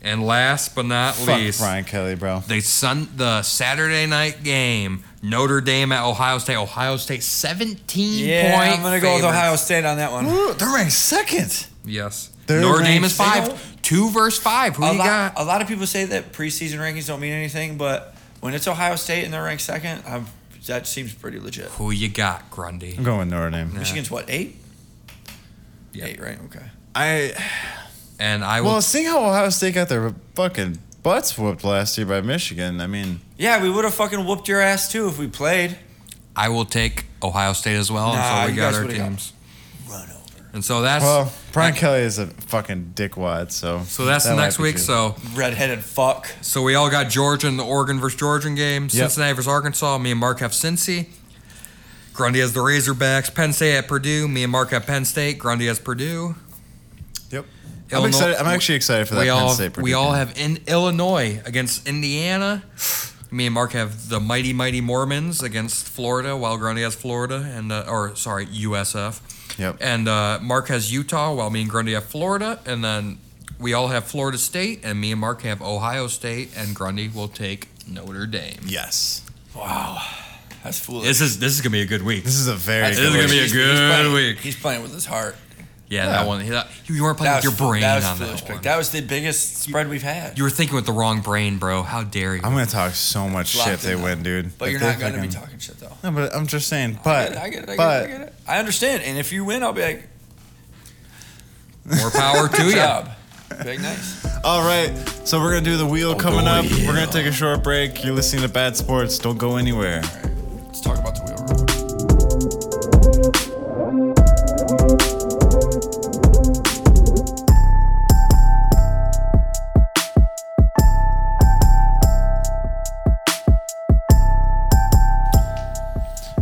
S2: And last but not
S1: Fuck
S2: least,
S1: Brian Kelly, bro.
S2: the sun the Saturday night game. Notre Dame at Ohio State. Ohio State 17
S3: yeah,
S2: point
S3: I'm gonna go with
S2: favorites.
S3: Ohio State on that one.
S1: Ooh, they're ranked second.
S2: Yes.
S1: They're
S2: Notre Dame is
S1: ranked-
S2: five. Two versus five. Who
S3: A
S2: you
S3: lot,
S2: got?
S3: a lot of people say that preseason rankings don't mean anything, but when it's Ohio State and they're ranked second, I'm, that seems pretty legit.
S2: Who you got, Grundy?
S1: I'm going with Notre Dame.
S3: Michigan's what eight?
S2: Uh-huh. Yeah.
S3: Eight, right? Okay.
S1: I
S2: And I will.
S1: well, seeing how Ohio State got their fucking butts whooped last year by Michigan, I mean,
S3: Yeah, we would have fucking whooped your ass too if we played.
S2: I will take Ohio State as well.
S3: Nah,
S2: and so Oh, we
S3: you
S2: got
S3: guys
S2: our
S3: would've got-
S2: teams.
S3: Run over.
S2: And so that's
S1: well, Brian
S2: that-
S1: Kelly is a fucking dickwad. So
S2: So that's
S1: that
S2: the
S1: might
S2: next uh,
S1: be
S2: week.
S1: true.
S2: So
S3: Redheaded fuck.
S2: so we all got Georgia and the Oregon versus Georgian game. Cincinnati versus Arkansas. Me and Mark have Cincy. Grundy has the Razorbacks. Penn State at Purdue. Me and Mark have Penn State. Grundy has Purdue.
S1: yep, I'm
S2: Illinois-
S1: excited. I'm actually excited for that
S2: we
S1: Penn
S2: all
S1: State.
S2: we all
S1: prediction.
S2: have in Illinois against Indiana. me and Mark have the mighty mighty Mormons against Florida, while Grundy has Florida and uh, or sorry USF.
S1: Yep.
S2: And uh, Mark has Utah, while me and Grundy have Florida, and then we all have Florida State, and me and Mark have Ohio State, and Grundy will take Notre Dame.
S1: Yes.
S3: Wow, that's foolish.
S2: This is this is gonna be a good week.
S1: This is a very
S3: That's
S1: good
S2: is gonna
S1: one.
S3: foolish.
S2: be a
S3: He's- he's
S2: good
S3: playing-
S2: week.
S3: He's playing with his heart.
S2: Yeah,
S1: Yeah.
S2: that one. That, you weren't playing with your
S3: fo-
S2: brain
S3: that was
S2: on
S3: foolish
S2: that
S3: pick.
S2: one.
S3: That was the biggest spread we've had.
S2: you were thinking with the wrong brain, bro. How dare you?
S1: I'm gonna talk so much shit if
S3: Locked
S1: they
S3: in,
S1: win, dude.
S3: but
S1: If
S3: you're
S1: they
S3: not going to be
S1: fucking-
S3: talking shit though.
S1: No, but I'm just saying. But
S3: I get it. I get it. I,
S1: but
S3: get it, I get it. I understand. And if you win, I'll be like,
S2: More power to
S3: *laughs* good
S2: you.
S3: job. Be like, nice.
S1: all right, so we're gonna do the wheel coming
S2: oh,
S1: up. We're gonna take a short break. You're listening to Bad Sports. Don't go anywhere.
S3: Let's talk about the wheel real quick.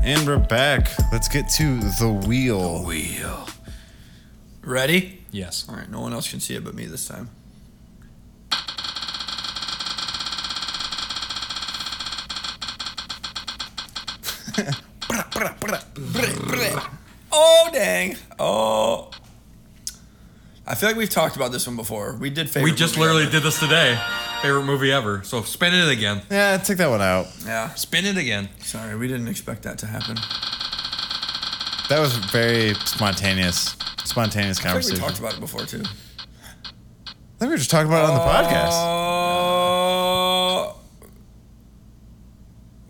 S1: And we're back. Let's get to the wheel.
S2: Wheel.
S3: Ready?
S2: Yes.
S3: All right. No one else can see it but me this time. *laughs* Oh dang! Oh, I feel like we've talked about this one before. We did favorite.
S2: We just
S3: movie
S2: literally
S3: ever.
S2: did this today. Favorite movie ever. So spin it again.
S1: Yeah, take that one out.
S3: Yeah.
S2: Spin it again.
S3: Sorry, we didn't expect that to happen.
S1: That was very spontaneous. Spontaneous
S3: I think we
S1: conversation. I
S3: talked
S1: think
S3: about it before too.
S1: we, were just talking about it on the podcast.
S3: Oh.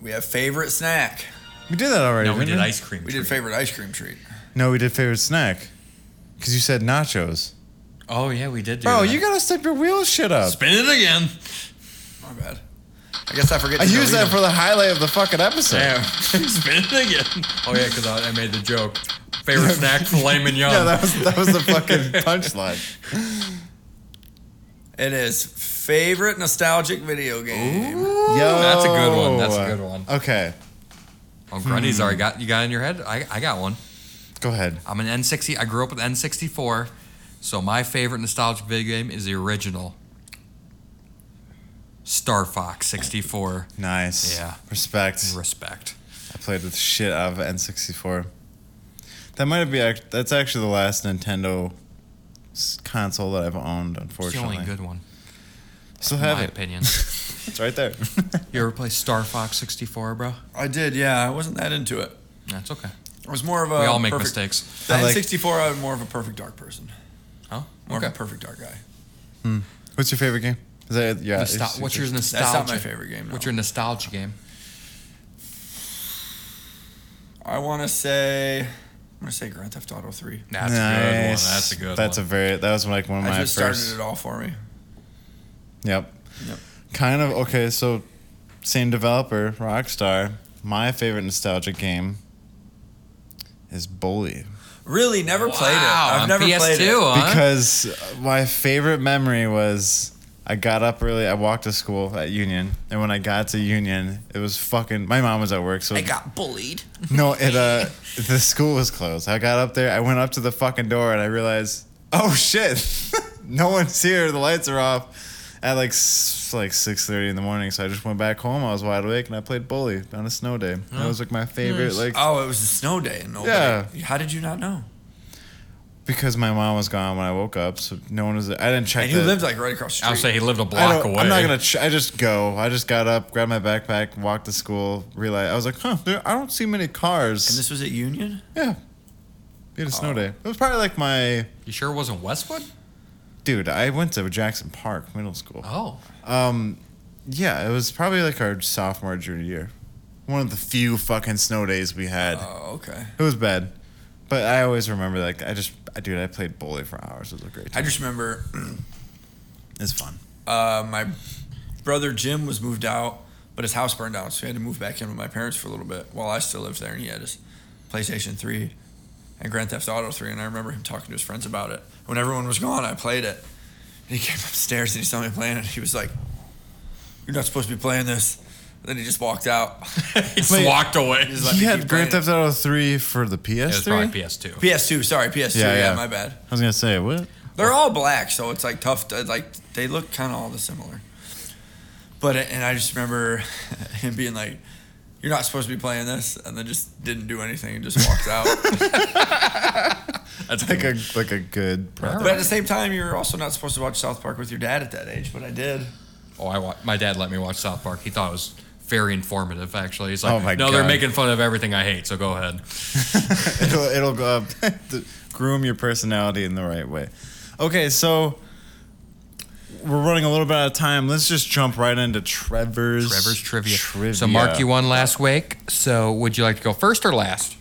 S3: We have favorite snack.
S1: We did that already.
S2: No, we
S1: didn't
S2: did ice cream.
S3: We did
S2: treat.
S3: favorite ice cream treat.
S1: No, we did favorite snack. Because you said nachos.
S2: Oh yeah, we did. Do
S1: Bro,
S2: that.
S1: you gotta step your wheel shit up.
S2: spin it again.
S3: My bad. I guess I forget.
S1: I
S3: to
S1: used that
S3: delete
S1: for the highlight of the fucking episode.
S2: Damn. *laughs* spin it again. Oh yeah, because I, I made the joke. Favorite snack filet
S1: *laughs*
S2: mignon.
S1: Yeah, that was that was the fucking *laughs* punchline.
S3: them. It is favorite nostalgic video game.
S1: Yo,
S2: that's a good one. That's a good one.
S1: Okay,
S2: Oh, Grundy's already got you got in your head. I, I got one.
S1: go ahead.
S2: I'm an N60. I grew up with N64, so my favorite nostalgic video game is the original Star Fox 64.
S1: Nice.
S2: Yeah.
S1: Respect.
S2: Respect.
S1: I played the shit out of N64. That might be act- that's actually the last Nintendo s- console that I've owned.
S2: It's the
S1: Unfortunately,
S2: only good one,
S1: still
S2: in
S1: have
S2: my
S1: it. *laughs*
S2: opinion.
S1: It's right there. *laughs*
S2: you ever play Star Fox 64, bro?
S3: I did. Yeah, I wasn't that into it.
S2: That's okay.
S3: I was more of a.
S2: We all make
S3: Oh, perfect-
S2: mistakes.
S3: The
S1: I like-
S3: N64. I'm more of a perfect dark person.
S2: Oh,
S3: More
S2: okay.
S3: of a perfect dark guy.
S1: What's your favorite game? Is that yeah?
S2: Nostal-
S1: it's-
S2: what's your nostalgia?
S3: not my favorite game, no.
S2: What's your nostalgia game?
S3: I want to say. I'm gonna say Grand Theft Auto 3.
S2: That's
S1: Nice. That's a very. That was like one of
S3: I
S1: my
S3: just
S1: first.
S3: started it all for me.
S1: Yep.
S3: Yep.
S1: Kind of okay. So, same developer, Rockstar. My favorite nostalgic game is Bully
S3: Really, never played it.
S2: Wow,
S3: I've
S2: on
S3: never
S2: PS2,
S3: played it.
S2: huh?
S1: because my favorite memory was I got up early. I walked to school at Union, and when I got to Union, it was fucking. My mom was at work, so
S3: got bullied.
S1: no, it uh, the school was closed. I got up there. I went up to the fucking door, and I realized, oh shit, *laughs* no one's here. The lights are off at like s- like six thirty in the morning. So I just went back home. I was wide awake, and I played bully on a snow day. That was like my favorite, like
S3: Oh, it was a snow day in Old
S1: Yeah.
S3: Bay. How did you not know?
S1: because my mom was gone when I woke up, so no one was. I didn't check.
S3: And you
S1: the-
S3: lived like right across the
S2: I'll
S3: street.
S2: say he lived a
S1: I
S2: block
S1: don't,
S2: away.
S1: I'm not gonna. Ch- I just go. I just got up, grabbed my backpack, walked to school. Realized I was like, huh, there, I don't see many cars.
S3: And this was at Union?
S1: yeah, we had a snow day. It was probably like my
S2: You sure it wasn't Westwood?
S1: dude. I went to Jackson Park Middle School. Um,
S2: Oh,
S1: Yeah, it was probably like our sophomore junior year. One of the few fucking snow days we had.
S3: Oh, okay.
S1: It was bad, but I always remember. Like I just, I, dude, I played bully for hours. It was a great
S3: I
S1: time.
S3: just remember
S1: it's fun.
S3: uh, my brother Jim was moved out, but his house burned down, so he had to move back in with my parents for a little bit while I still lived there, and he had his PlayStation 3 and Grand Theft Auto 3, and I remember him talking to his friends about it. When everyone was gone, I played it. And he *laughs* came upstairs and he saw me playing it. He was like, "You're not supposed to be playing this." And then he just walked out. *laughs*
S2: he just
S1: Wait.
S2: walked away.
S3: Just
S1: *laughs*
S3: let
S1: He
S3: me
S1: had
S3: keep
S1: Grand
S3: playing
S1: Theft Auto three for the
S2: It
S1: PS3.
S2: was
S1: I
S2: probably PS2.
S3: it. PS2, sorry, PS2.
S1: Yeah,
S3: Yeah,
S1: yeah.
S3: my bad.
S1: was gonna say what?
S3: They're all black, so it's like tough. To, like they look kind of all the similar. But uh, and I just remember *laughs* him being like, "You're not supposed to be playing this," and then just didn't do anything and just walked *laughs* out.
S1: That's like a like a good. Brother.
S3: But at the same time, you're also not supposed to watch South Park with your dad at that age. But I did.
S2: Oh, I wa- my dad let me watch South Park. He thought it was very informative. Actually, he's like,
S1: Oh my
S2: no, they're
S1: God.
S2: making fun of everything I hate. So go ahead.
S1: it'll, it'll go
S2: *laughs*
S1: up to groom your personality in the right way okay so we're running a little bit out of time let's just jump right into trevor's
S2: Trevor's trivia. So Mark, you won last week. So would you like to go first or last?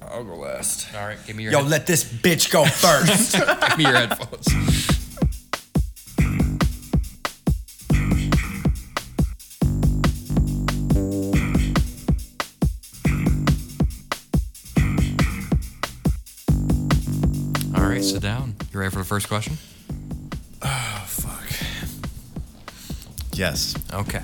S3: I'll go last.
S2: All right, give me your
S3: Yo, let this bitch go *laughs* first.
S2: give me *laughs* your headphones. All right, sit down. You ready for the first question?
S1: yes
S2: Okay.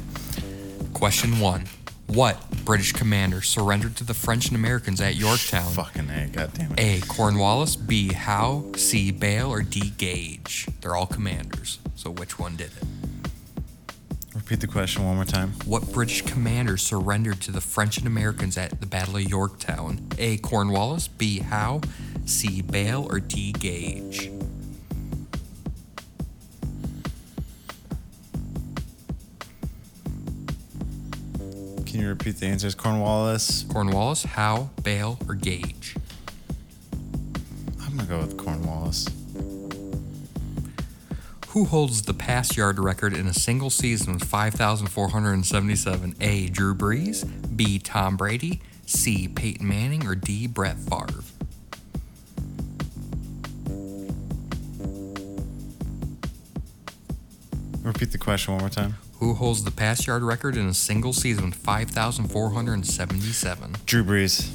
S2: Question one. What British commander surrendered to the French and Americans at Yorktown?
S1: fucking a god damn it
S2: A. Cornwallis. B. Howe. C. Bale. Or D. Gage. They're all commanders. So which one did it?
S1: repeat the question one more time
S2: What British commander surrendered to the French and Americans at the Battle of Yorktown? A. Cornwallis. B. Howe. C. Bale. Or D. Gage.
S1: can you repeat the answers cornwallis
S2: Cornwallis, Howe, Bale, or Gage?
S1: i'm gonna go with cornwallis
S2: Who holds the pass yard record in a single season with 5,477? A. Drew Brees, B. Tom Brady, C. Peyton Manning, or D. Brett Favre?
S1: repeat the question one more time
S2: Who holds the pass yard record in a single season with 5,477?
S1: drew brees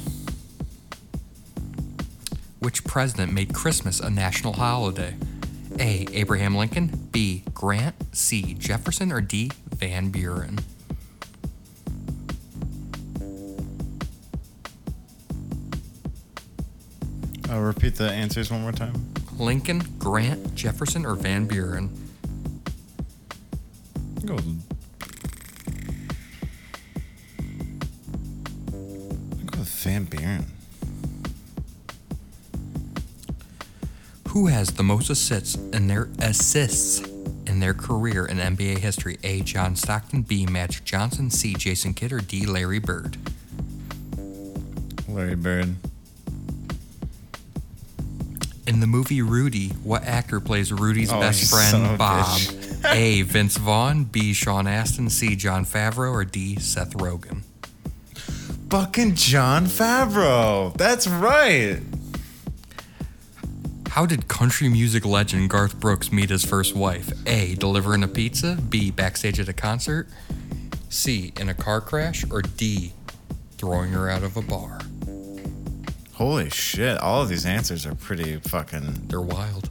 S2: Which president made Christmas a national holiday? A. Abraham Lincoln, B. Grant, C. Jefferson, or D. Van Buren?
S1: uh, repeat the answers one more time
S2: Lincoln, Grant, Jefferson, or Van Buren?
S1: go with, I'll go with van buren
S2: Who has the most assists in their assists in their career in NBA history? A. John Stockton, B. Magic Johnson, C. Jason Kidd, or D. Larry Bird?
S1: larry bird
S2: In the movie Rudy, what actor plays Rudy's
S1: Oh, you
S2: best
S1: son of a
S2: friend Bob?
S1: bitch.
S2: A. Vince Vaughn, B. Sean Astin, C. John Favreau, or D. Seth Rogen?
S1: Fucking John Favreau. That's right.
S2: How did country music legend Garth Brooks meet his first wife? A. Delivering a pizza, B. Backstage at a concert, C. In a car crash, or D. Throwing her out of a bar?
S1: Holy shit. All of these answers are pretty fucking.
S2: They're wild.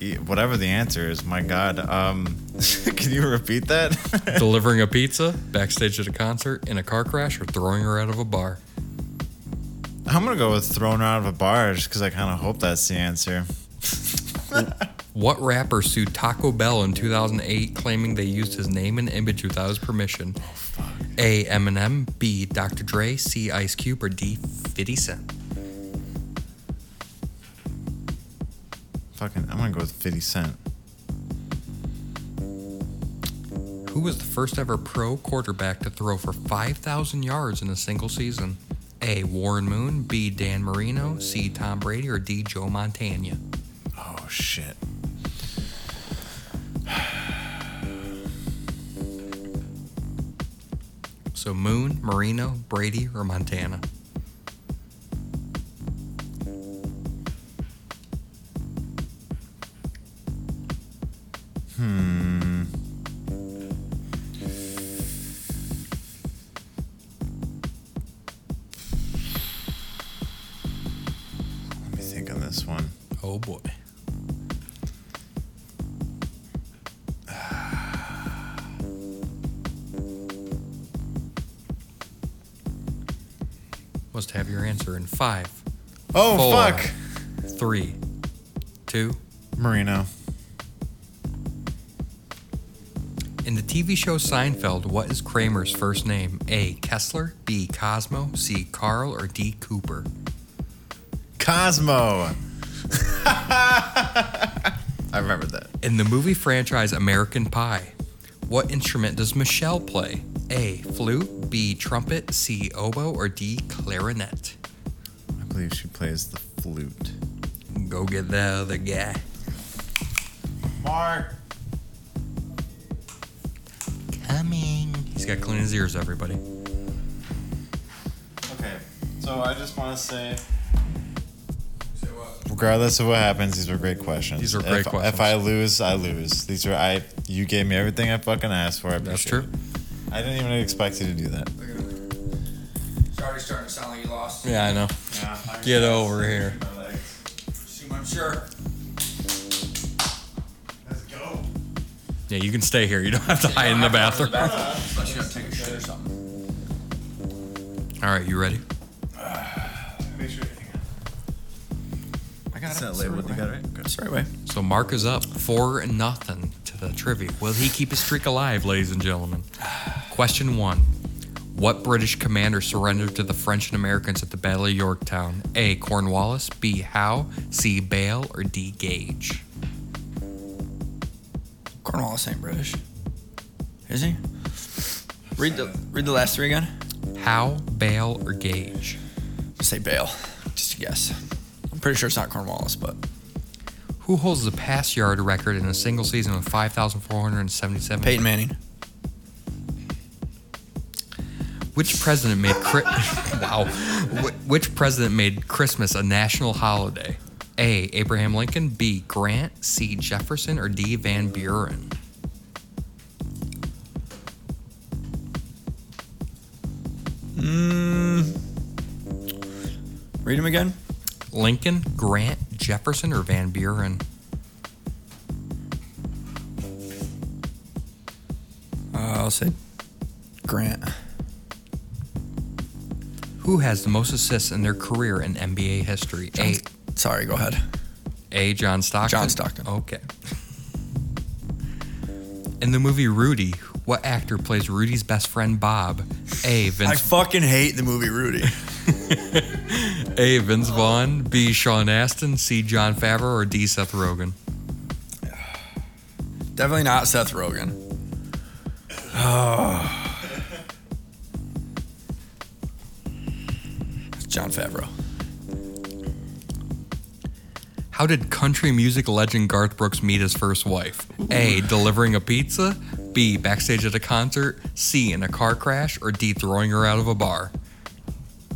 S1: e- Whatever the answer is, my God. Um, *laughs* can you repeat that? *laughs*
S2: Delivering a pizza, backstage at a concert, in a car crash, or throwing her out of a bar?
S1: I'm going to go with thrown out of a bar just because I kind of hope that's the answer.
S2: What rapper sued Taco Bell in 2008 claiming they used his name and image without his permission? A. Eminem, B. Dr. Dre, C. Ice Cube, or D. 50 Cent?
S1: Fucking, I'm going to go with 50 Cent.
S2: Who was the first ever pro quarterback to throw for 5,000 yards in a single season? A. Warren Moon, B. Dan Marino, C. Tom Brady, or D. Joe Montana?
S1: Oh, shit.
S2: So Moon, Marino, Brady, or Montana?
S1: Let me think on this one.
S2: Oh boy. Must have your answer in five,
S1: Oh,
S2: Four.
S1: fuck.
S2: three, two.
S1: Marino.
S2: In the TV show Seinfeld, what is Kramer's first name? A. Kessler, B. Cosmo, C. Carl, or D. Cooper?
S1: Cosmo. *laughs* I remember that.
S2: In the movie franchise American Pie, what instrument does Michelle play? A. Flute, B. Trumpet, C. Oboe, or D. Clarinet?
S1: I believe she plays the flute.
S2: Go get the other guy.
S1: Mark.
S2: Coming. He's got to clean his ears, everybody.
S1: Okay. So I just want to say. Regardless of what happens, these were great questions.
S2: These are great
S1: if,
S2: questions.
S1: If I lose, I lose. These are I. You gave me everything I fucking asked for. I
S2: That's
S1: appreciate it.
S2: true.
S1: I didn't even expect you to do that.
S3: It's already starting to sound like you lost.
S2: Yeah, I know. Get over here.
S3: I'm sure.
S1: Let's go.
S2: Yeah, you can stay here. You don't have to hide in the bathroom. All
S3: Unless you have to take a shit or something.
S2: right, you ready?
S1: Make sure.
S3: I got
S1: It's
S3: it.
S1: not labeled. You got it right? Okay.
S3: It's the right way.
S2: So Mark is up four nothing to the trivia. Will he keep his streak alive, ladies and gentlemen? Question one: What British commander surrendered to the French and Americans at the Battle of Yorktown? A. Cornwallis, B. Howe, C. Bale, or D. Gage?
S3: Cornwallis ain't British. Is he? Read the read the last three again.
S2: Howe, Bale, or Gage?
S3: Say Bale. Just a guess. I'm pretty sure it's not Cornwallis, but
S2: Who holds the pass yard record in a single season with 5,477?
S3: Peyton Manning.
S2: Which president made Chri- *laughs* wow? Wh- Which president made Christmas a national holiday? A. Abraham Lincoln. B. Grant. C. Jefferson. Or D. Van Buren.
S3: Mm. Read him again.
S2: Lincoln, Grant, Jefferson, or Van Buren.
S3: Uh, I'll say Grant.
S2: Who has the most assists in their career in NBA history? A.
S3: Sorry, go ahead.
S2: A. John Stockton.
S3: John Stockton.
S2: Okay. In the movie Rudy, what actor plays Rudy's best friend Bob? A.
S3: I
S2: Vince
S3: fucking hate the movie Rudy.
S2: A. Vince Vaughn, B. Sean Astin, C. John Favreau, or D. Seth Rogen.
S3: Definitely not Seth Rogen. *sighs* It's John Favreau.
S2: How did country music legend Garth Brooks meet his first wife? A. Delivering a pizza, B. Backstage at a concert, C. In a car crash, or D. Throwing her out of a bar.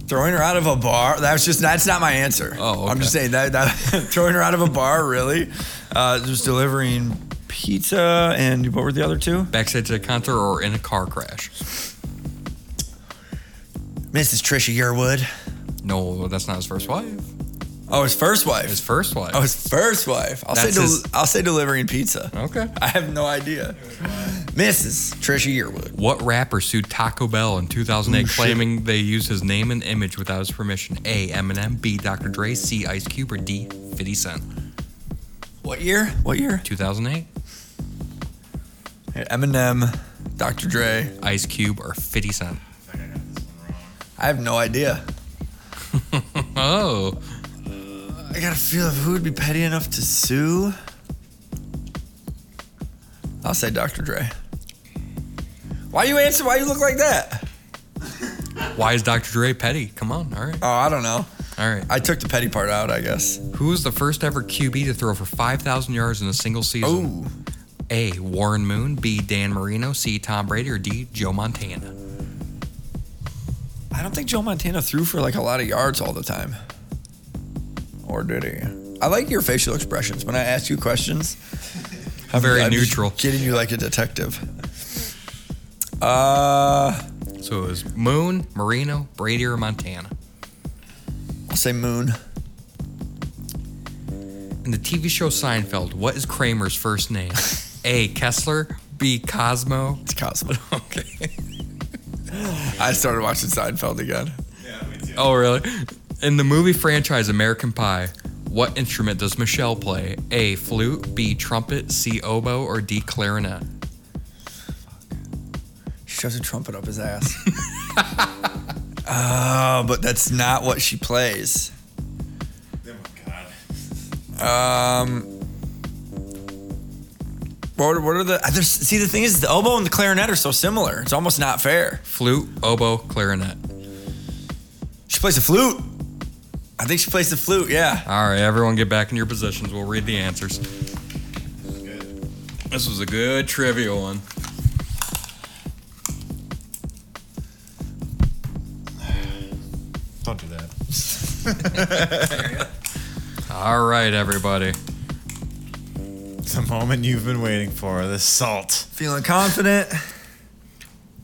S3: Throwing her out of a bar. That's just that's not my answer.
S2: Oh,
S3: I'm just
S2: okay.
S3: saying that, that *laughs* throwing her out of a bar really. Uh, just delivering pizza and what were the other two?
S2: Backstage at a concert or in a car crash?
S3: Mrs. Trisha Yearwood.
S2: No, that's not his first wife.
S3: Oh, his first wife.
S2: His first wife.
S3: oh, his first wife. I'll say
S2: That's
S3: del-
S2: his-
S3: I'll say delivering pizza.
S2: Okay.
S3: I have no idea. Mrs. Trisha Yearwood.
S2: What rapper sued Taco Bell in 2008 claiming they used his name and image without his permission? A. Eminem, B. Dr. Dre, C. Ice Cube, or D. 50 Cent.
S3: What year? What year?
S2: 2008,
S3: Eminem, Dr. Dre.
S2: Ice Cube, or 50 Cent.
S3: I have no idea.
S2: Oh.
S3: I got a feel of who would be petty enough to sue. I'll say Dr. Dre. Why you answer? Why you look like that?
S2: Why is Dr. Dre petty? Come on. All right.
S3: Oh, I don't know.
S2: All right.
S3: I took the petty part out, I guess.
S2: Who was the first ever QB to throw for 5,000 yards in a single season?
S3: Oh,
S2: A. Warren Moon, B. Dan Marino, C. Tom Brady, or D. Joe Montana?
S3: I don't think Joe Montana threw for like a lot of yards all the time. Or did he? I like your facial expressions when I ask you questions.
S2: I'm very
S3: I'm just
S2: neutral.
S3: Kidding you like a detective. Uh,
S2: So it was Moon, Marino, Brady, or Montana.
S3: I'll say Moon.
S2: In the TV show Seinfeld, what is Kramer's first *laughs* name? A. Kessler, B. Cosmo.
S3: It's Cosmo.
S2: *laughs* Okay.
S3: *laughs* I started watching Seinfeld again.
S2: Oh, really? In the movie franchise American Pie, what instrument does Michelle play? A. Flute, B. Trumpet, C. Oboe, or D. Clarinet?
S3: has a trumpet up his *laughs* ass. Oh, but that's not what she plays.
S1: Oh my god.
S3: Um, what, are- what are the? There's, see, the thing is, the oboe and the clarinet are so similar. It's almost not fair.
S2: Flute, oboe, clarinet.
S3: She plays the flute. I think she plays the flute. Yeah.
S2: All right, everyone get back in your positions. We'll read the answers. This was a good trivia one.
S1: Don't do that. *laughs*
S2: All right, everybody.
S1: The moment you've been waiting for, the salt.
S3: Feeling confident.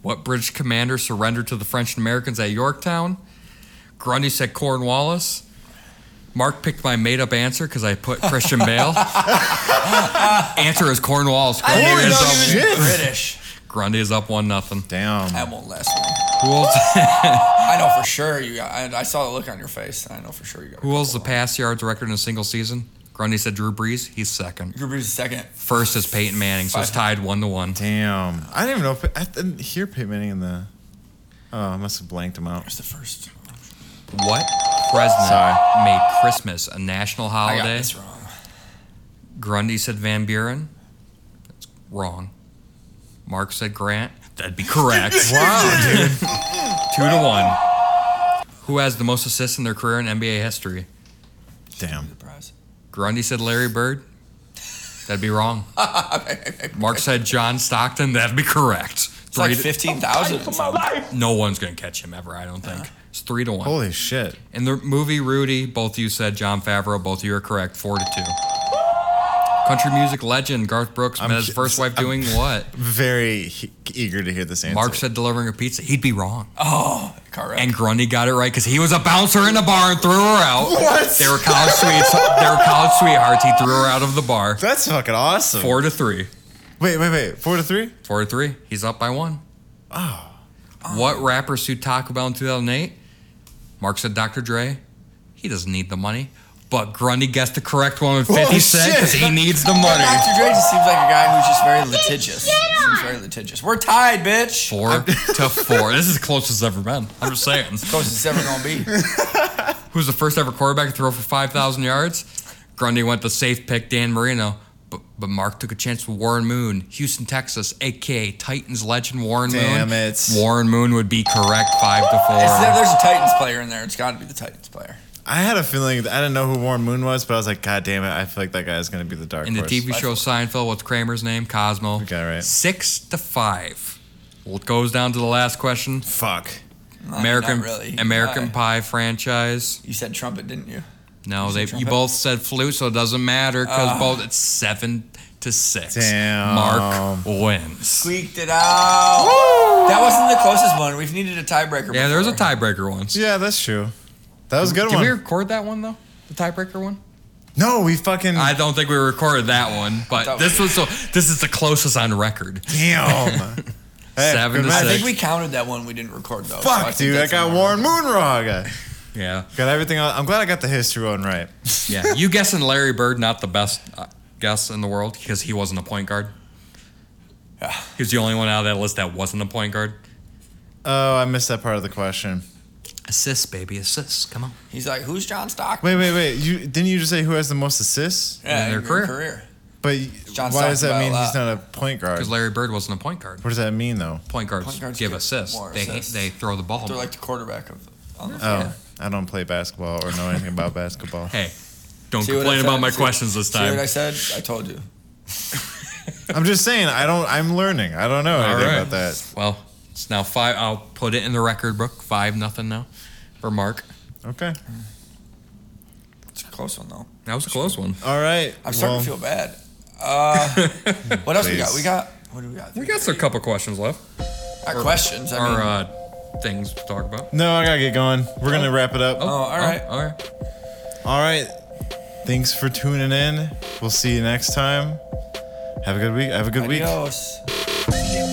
S2: What British commander surrendered to the French and Americans at Yorktown? Grundy said Cornwallis. Mark picked my made up answer because I put Christian Bale. *laughs* answer is Cornwallis. Grundy,
S3: didn't even
S2: is
S3: know
S2: up,
S3: he was British.
S2: Grundy is up one nothing.
S1: Damn.
S3: That won't last. Long.
S2: Who holds,
S3: I know for sure you got. I, I saw the look on your face. I know for sure you got.
S2: who holds the pass yards record in a single season? Grundy said Drew Brees. He's second.
S3: Drew Brees is second.
S2: First is Peyton Manning, so it's tied one to one.
S1: Damn. I didn't even know. Pey- I didn't hear Peyton Manning in the. Oh, I must have blanked him out.
S3: It's the first.
S2: What Fresno
S1: Sorry.
S2: made Christmas a national
S3: I got
S2: holiday?
S3: this wrong.
S2: Grundy said Van Buren. That's wrong. Mark said Grant. That'd be correct. wow, dude. *laughs* Two to one. Who has the most assists in their career in NBA history?
S1: Damn.
S3: Surprise.
S2: Grundy said Larry Bird. That'd be wrong. Mark said John Stockton. That'd be correct.
S3: It's like
S2: Three to,
S3: fifteen thousand.
S2: no one's gonna catch him ever. I don't think. It's three to one.
S1: Holy shit.
S2: In the movie Rudy, both you said John Favreau. Both you are correct. Four to two. Country music legend Garth Brooks met his
S1: ki-
S2: first wife
S1: I'm-
S2: doing what?
S1: Very he- eager to hear this answer.
S2: Mark said delivering a pizza. He'd be wrong.
S3: Oh, correct.
S2: And Grundy got it right because he was a bouncer in the bar and threw her out. What? They were college sweets. They were college sweethearts. He threw her out of the bar.
S1: That's fucking awesome.
S2: Four to three.
S1: Wait, wait, wait. Four to three?
S2: Four to three. He's up by one. Oh. What rapper sued Taco Bell in 2008? Mark said Dr. Dre. He doesn't need the money. But Grundy guessed the correct one with 50 cents because he needs the money. *laughs*
S3: Dr. Dre just seems like a guy who's just very litigious. Seems very litigious. We're tied, bitch.
S2: Four to four. This is the closest it's ever been. I'm just saying.
S3: Closest it's ever
S2: *laughs*
S3: gonna be.
S2: Who's the first ever quarterback to throw for 5,000 yards? Grundy went the safe pick, Dan Marino. But, but Mark took a chance with Warren Moon, Houston, Texas, aka Titans legend Warren Moon.
S1: Damn it.
S2: Warren Moon would be correct, five to four.
S3: It's- if there's a Titans player in there, it's got to be the Titans player.
S1: I had a feeling that I didn't know who Warren Moon was, but I was like, God damn it, I feel like that guy is gonna be the dark
S2: In the
S1: horse.
S2: TV show Seinfeld, what's Kramer's name? Cosmo.
S1: Okay, right.
S2: Six to five. Well, it goes down to the last question.
S1: Fuck.
S3: No,
S2: American
S3: not really.
S2: American Pie
S3: Pie.
S2: franchise.
S3: You said trumpet, didn't you?
S2: No,
S3: You
S2: they
S3: said
S2: you
S3: trumpet?
S2: both said flute, so it doesn't matter
S3: Ah.
S2: because both it's seven to six.
S1: Damn.
S2: Mark wins.
S3: Squeaked it out. That wasn't the closest one. We've needed a tiebreaker.
S2: Yeah, there was a
S3: before.
S2: tiebreaker once.
S1: Yeah, that's true. That was a good
S2: Did
S1: one.
S2: we record that one though? The tiebreaker one?
S1: no, we fucking
S2: I don't think we recorded that one, but
S3: Thought
S2: this
S3: we-
S2: was so. This is the closest on record. *laughs*
S1: damn. Hey,
S2: Seven to
S1: good match.
S3: I
S2: six.
S3: think we counted that one. We didn't record though. so I
S1: Fuck,
S3: think
S1: dude, I
S3: that's
S1: got
S3: another
S1: Warren
S3: one.
S1: Moon wrong. Got
S2: Yeah,
S1: everything. Else. I'm glad I got the history one right.
S2: yeah. You guessing Larry Bird not the best uh, guess in the world because he wasn't a point guard.
S3: Yeah.
S2: He was the only one out of that list that wasn't a point guard.
S1: Oh, I missed that part of the question.
S2: Assists, baby, assists. Come on.
S3: He's like, who's John Stockton?
S1: Wait, wait, wait. You didn't you just say who has the most assists?
S3: yeah,
S2: in their
S3: in your
S2: career.
S1: But
S3: John
S1: why does
S3: Stockton
S1: that
S3: by a
S1: mean he's
S3: lot.
S1: not a point guard?
S2: Because
S1: What
S2: Larry Bird wasn't a point guard.
S1: does that mean though?
S2: Point guards,
S3: Point guards
S2: give
S3: get
S2: assists.
S3: more
S2: They
S3: assists.
S2: they throw the ball.
S3: They're like the quarterback of. The, on the
S1: Oh,
S3: field.
S1: I don't play basketball or know anything about basketball. *laughs*
S2: hey, don't
S3: See what I
S2: complain about
S3: said?
S2: my
S3: See-
S2: questions this
S3: See
S2: time.
S3: what I said? I told you.
S1: I'm just saying, I don't. I'm learning. I don't know anything
S2: right.
S1: about that.
S2: Well, it's now five. I'll put it in the record book. Five nothing now for Mark.
S1: Okay.
S3: It's a close one though.
S2: That was a close one.
S1: All right.
S3: I'm starting
S1: well,
S3: to feel bad.
S1: *laughs*
S3: Uh, what else we got?
S1: Please.
S3: We got. What do we got?
S2: We got a couple questions left.
S3: Our questions. I mean,
S2: Or uh, things to talk about.
S1: No, I gotta get going. We're gonna wrap it up.
S3: Oh, all right.
S2: all right.
S1: All right. Thanks for tuning in. We'll see you next time. Have a good week. Have a good week.
S3: adios.
S6: Adios.